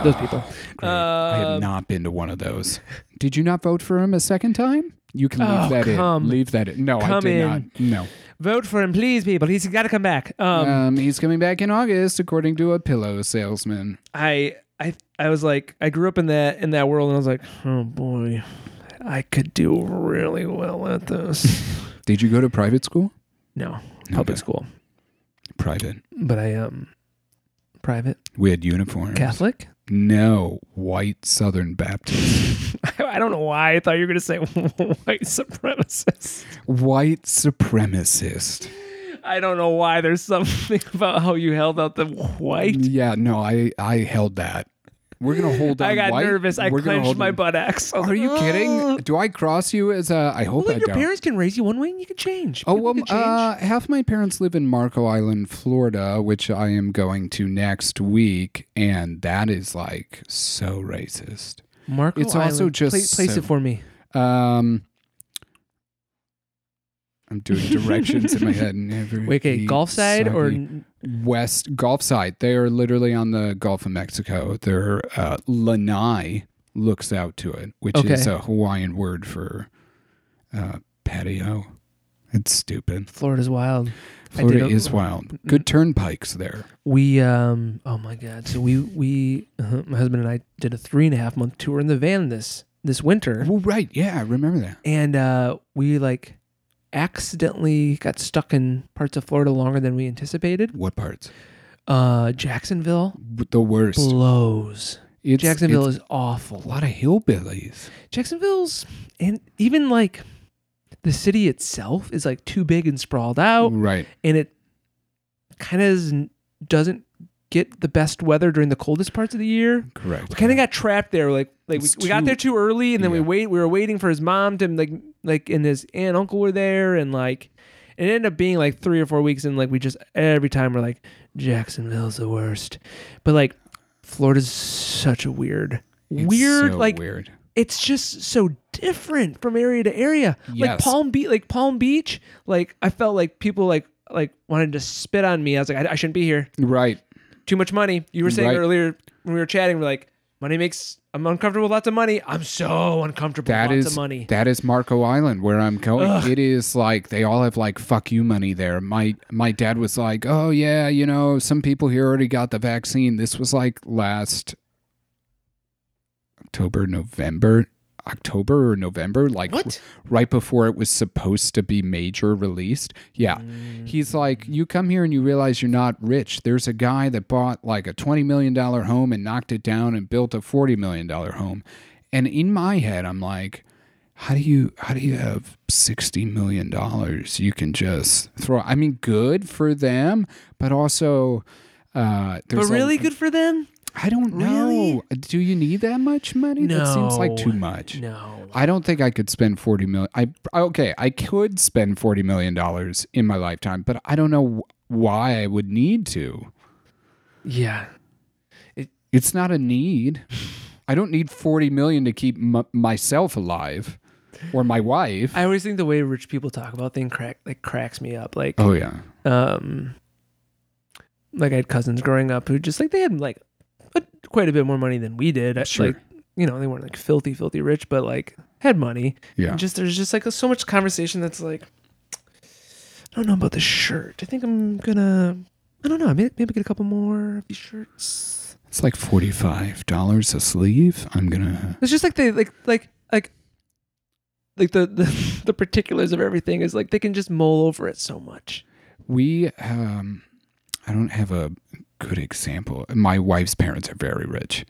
S1: Those people.
S3: Great. I have
S1: Um,
S3: not been to one of those. Did you not vote for him a second time? You can leave
S1: Oh,
S3: that
S1: come.
S3: in. Leave that in. No, I
S1: Come
S3: did
S1: in.
S3: not. No.
S1: <sighs> Vote for him, please, people. He's got to come back. Um,
S3: Um, he's coming back in August, according to a pillow salesman.
S1: I, I, I was like, I grew up in that in that world, and I was like, oh boy, I could do really well at <laughs> this.
S3: Did you go to private school?
S1: no, public
S3: Okay.
S1: school,
S3: Private.
S1: but I um, private
S3: We had uniforms.
S1: Catholic. <laughs>
S3: No, white Southern Baptist.
S1: I don't know why I thought you were gonna say <laughs> white supremacist.
S3: white supremacist.
S1: I don't know why. There's something <laughs> about how you held out the white.
S3: Yeah, no, I I held that. We're gonna hold down
S1: I got
S3: white.
S1: nervous. I
S3: We're gonna
S1: clenched
S3: hold
S1: my
S3: down-
S1: butt axe.
S3: Are you kidding? Do I cross you as a? I hope
S1: Uh, Well,
S3: I
S1: your
S3: don't.
S1: parents can raise you one way, and you can change.
S3: Oh
S1: People
S3: well,
S1: can change.
S3: uh, half my parents live in Marco Island, Florida, which I am going to next week, and that is like so racist.
S1: Marco
S3: it's also
S1: Island.
S3: just
S1: Pla- place
S3: so-
S1: it for me.
S3: Um, I'm
S1: <laughs>
S3: doing directions in my head. And every
S1: Wait, okay, golf side or
S3: soggy-
S1: n-
S3: west Gulf side. They are literally on the Gulf of Mexico. Their uh, lanai looks out to it, which
S1: Okay.
S3: is a Hawaiian word for uh, patio. It's stupid.
S1: Florida's wild. I did
S3: Florida
S1: a-
S3: is wild. Good turnpikes there.
S1: We um oh my god. So we we <laughs> uh, my husband and I did a three and a half month tour in the van this this winter,
S3: Well, right. Yeah, I remember that.
S1: and uh, we like accidentally got stuck in parts of Florida longer than we anticipated.
S3: What parts?
S1: Uh, Jacksonville
S3: The worst.
S1: blows.
S3: It's,
S1: Jacksonville
S3: it's
S1: is awful.
S3: a lot of hillbillies.
S1: Jacksonville's and even like the city itself is like too big and sprawled out
S3: Right.
S1: and it kind of doesn't get the best weather during the coldest parts of the year.
S3: Correct.
S1: We kind of got trapped there like like we,
S3: It's
S1: we got
S3: too-
S1: there too early and then we
S3: Yeah.
S1: wait we were waiting for his mom to like like and his aunt and uncle were there and like it ended up being like 3 or 4 weeks and like we just every time we're like Jacksonville's the worst. But like Florida's such a weird
S3: It's
S1: weird
S3: so
S1: like
S3: weird.
S1: it's just so different from area to area. Like
S3: Yes.
S1: Palm Beach, like Palm Beach, like I felt like people like like wanted to spit on me. I was like, I, I shouldn't be here.
S3: Right.
S1: Too much money. You were saying
S3: Right.
S1: earlier when we were chatting, we're like, money makes. I'm uncomfortable. with Lots of money. I'm so uncomfortable. with
S3: That
S1: lots
S3: is
S1: of money.
S3: that is Marco Island where I'm going. It is like they all have like fuck you money there. My my dad was like, "Oh yeah, you know, some people here already got the vaccine." This was like last October, November, October or November, like
S1: What?
S3: right before it was supposed to be major released. Yeah.
S1: Mm.
S3: He's like, "You come here and you realize you're not rich. There's a guy that bought like a 20 million dollar home and knocked it down and built a 40 million dollar home." And in my head, I'm like, how do you how do you have 60 million dollars you can just throw i mean good for them but also uh, Uh,
S1: But
S3: there's a-
S1: really good for them?
S3: I don't know.
S1: Really?
S3: Do you need that much money? That seems like too
S1: No.
S3: much.
S1: No.
S3: I don't think I could spend forty million. I okay, I could spend forty million dollars in my lifetime, but I don't know wh- why I would need to.
S1: Yeah.
S3: It's not a need. I don't need forty million to keep m- myself alive or my wife.
S1: I always think the way rich people talk about things crack like cracks me up. Like
S3: oh yeah,
S1: um like I had cousins growing up who just like they had like a, quite a bit more money than we did. I-
S3: Sure.
S1: Like you know, they weren't like filthy filthy rich, but like had money.
S3: yeah.
S1: And Just there's just like so much conversation that's like I don't know about the shirt. I think I'm gonna I don't know, maybe, maybe get a couple more of these shirts.
S3: It's like forty five dollars a sleeve. I'm gonna.
S1: It's just like they like like like like the, the <laughs> the particulars of everything is like they can just mull over it so much.
S3: We um, I don't have a good example. My wife's parents are very rich,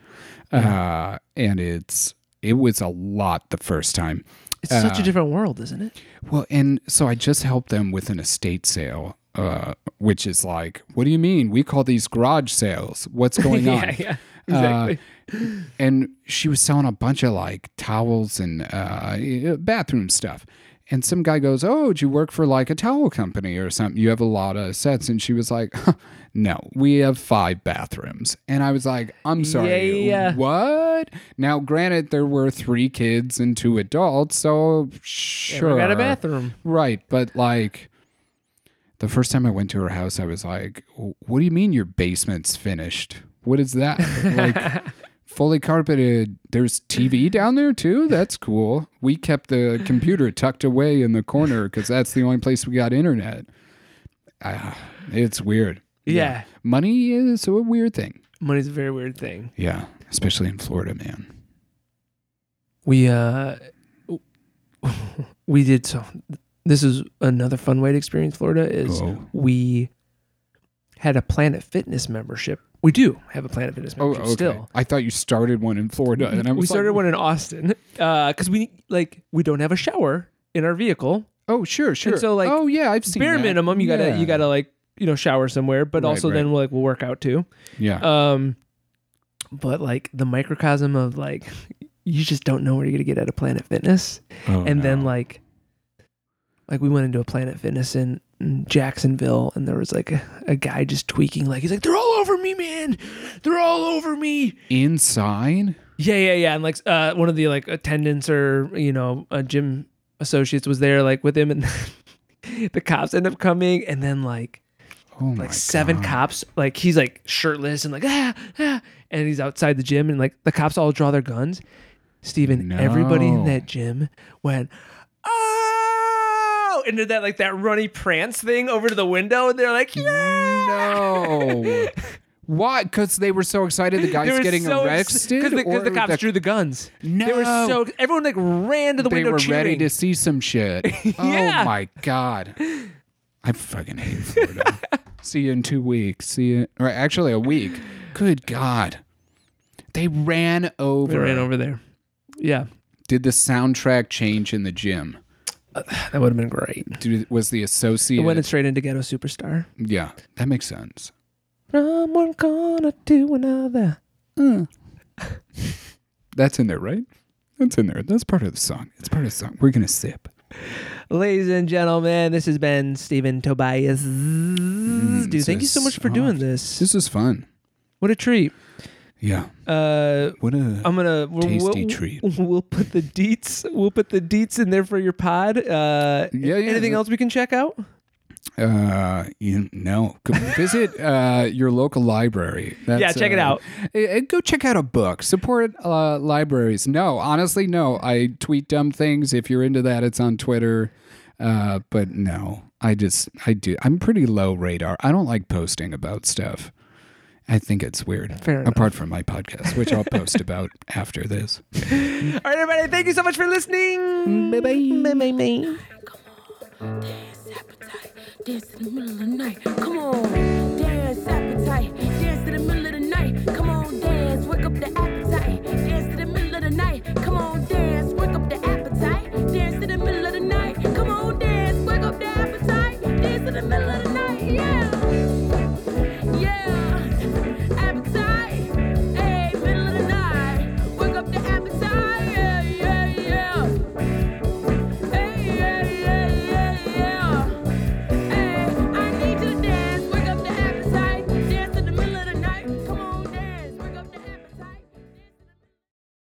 S1: Uh-huh.
S3: uh, and it's it was a lot the first time.
S1: It's
S3: Ah.
S1: such a different world, isn't it?
S3: Well, and so I just helped them with an estate sale, uh, which is like, what do you mean? We call these garage sales.
S1: <laughs>
S3: What's going on? Uh,
S1: yeah,
S3: exactly. And she was selling a bunch of like towels and uh, bathroom stuff. And some guy goes, Oh, do you work for like a towel company or something? You have a lot of sets. And she was like, <laughs> No, we have five bathrooms. And I was like, I'm sorry.
S1: Yeah.
S3: What? Now, granted, there were three kids and two adults. So sure.
S1: Sure. got a bathroom.
S3: Right, but like the first time I went to her house, I was like, "What do you mean your basement's finished? What is that?
S1: <laughs>
S3: like fully carpeted? There's TV down there too. That's cool. We kept the computer tucked away in the corner because that's the only place we got internet. Ah, it's weird.
S1: Yeah.
S3: money is a weird thing.
S1: Money's a very weird thing.
S3: Yeah, especially in Florida, man.
S1: We uh <laughs> we did so this is another fun way to experience Florida is
S3: Oh.
S1: we had a Planet Fitness membership. We do have a Planet Fitness
S3: Oh,
S1: membership
S3: okay.
S1: still.
S3: I thought you started one in Florida, and I was
S1: we started
S3: like,
S1: one in Austin because we like we don't have a shower in our vehicle.
S3: Oh, sure, sure.
S1: so, like,
S3: oh yeah, I've seen
S1: Bare
S3: that.
S1: minimum, you gotta
S3: Yeah.
S1: you gotta like you know shower somewhere, but
S3: Right,
S1: also
S3: right.
S1: then we'll like we'll work out too.
S3: yeah.
S1: Um, but like the microcosm of like you just don't know where you're gonna get out of Planet Fitness,
S3: Oh,
S1: and then
S3: no.
S1: like like we went into a Planet Fitness in, in Jacksonville, and there was like a, a guy just tweaking like he's like they're all over me, man, they're all over me.
S3: inside
S1: Yeah, yeah, yeah. And like uh, one of the like attendants or you know uh, gym associates was there like with him, and <laughs> the cops end up coming, and then like
S3: oh my
S1: like seven
S3: God.
S1: cops like he's like shirtless and like ah, ah and he's outside the gym and like the cops all draw their guns steven everybody in
S3: No.
S1: that gym went oh and did that like that runny prance thing over to the window and they're like yeah <laughs>
S3: no why because they were so excited the guy's getting arrested
S1: because the, 'cause the
S3: or
S1: cops drew the guns they were
S3: No.
S1: so everyone like ran to the
S3: they
S1: window
S3: were
S1: cheering.
S3: ready to see
S1: <laughs>
S3: some shit
S1: Yeah.
S3: oh my god i
S1: <laughs>
S3: fucking hate florida see you in two weeks see you or actually a week good god they ran over.
S1: they ran over there yeah
S3: did the soundtrack change in the gym
S1: that would have been great
S3: Did, was the
S1: it
S3: associate
S1: went straight into ghetto superstar
S3: yeah that makes sense
S1: from one corner to another
S3: <laughs> That's in there, right? That's in there. That's part of the song. It's part of the song. We're gonna sip.
S1: Ladies and gentlemen, this has been Stephen Tobias. Dude, thank you so much for doing
S3: soft.
S1: this.
S3: This is fun.
S1: What a treat.
S3: Yeah.
S1: Uh,
S3: What a
S1: I'm gonna we'll,
S3: Tasty
S1: we'll,
S3: treat.
S1: <laughs> We'll put the deets. We'll put the deets in there for your pod. Uh,
S3: Yeah, yeah.
S1: Anything else we can check out?
S3: uh you no. Go visit uh your local library. That's,
S1: Yeah, check it
S3: uh,
S1: out.
S3: eh, eh, go check out a book. Support uh libraries. No, honestly, no. I tweet dumb things. If you're into that, it's on Twitter. Uh but no. I just I do I'm pretty low radar. I don't like posting about stuff. I think it's weird.
S1: Fair enough.
S3: Apart from my podcast, which
S1: <laughs>
S3: I'll post about after this.
S1: All right, everybody. Thank you so much for listening. Bye bye. Bye bye.
S2: Come on, dance appetite, dance in the middle of the night. Come on, dance appetite,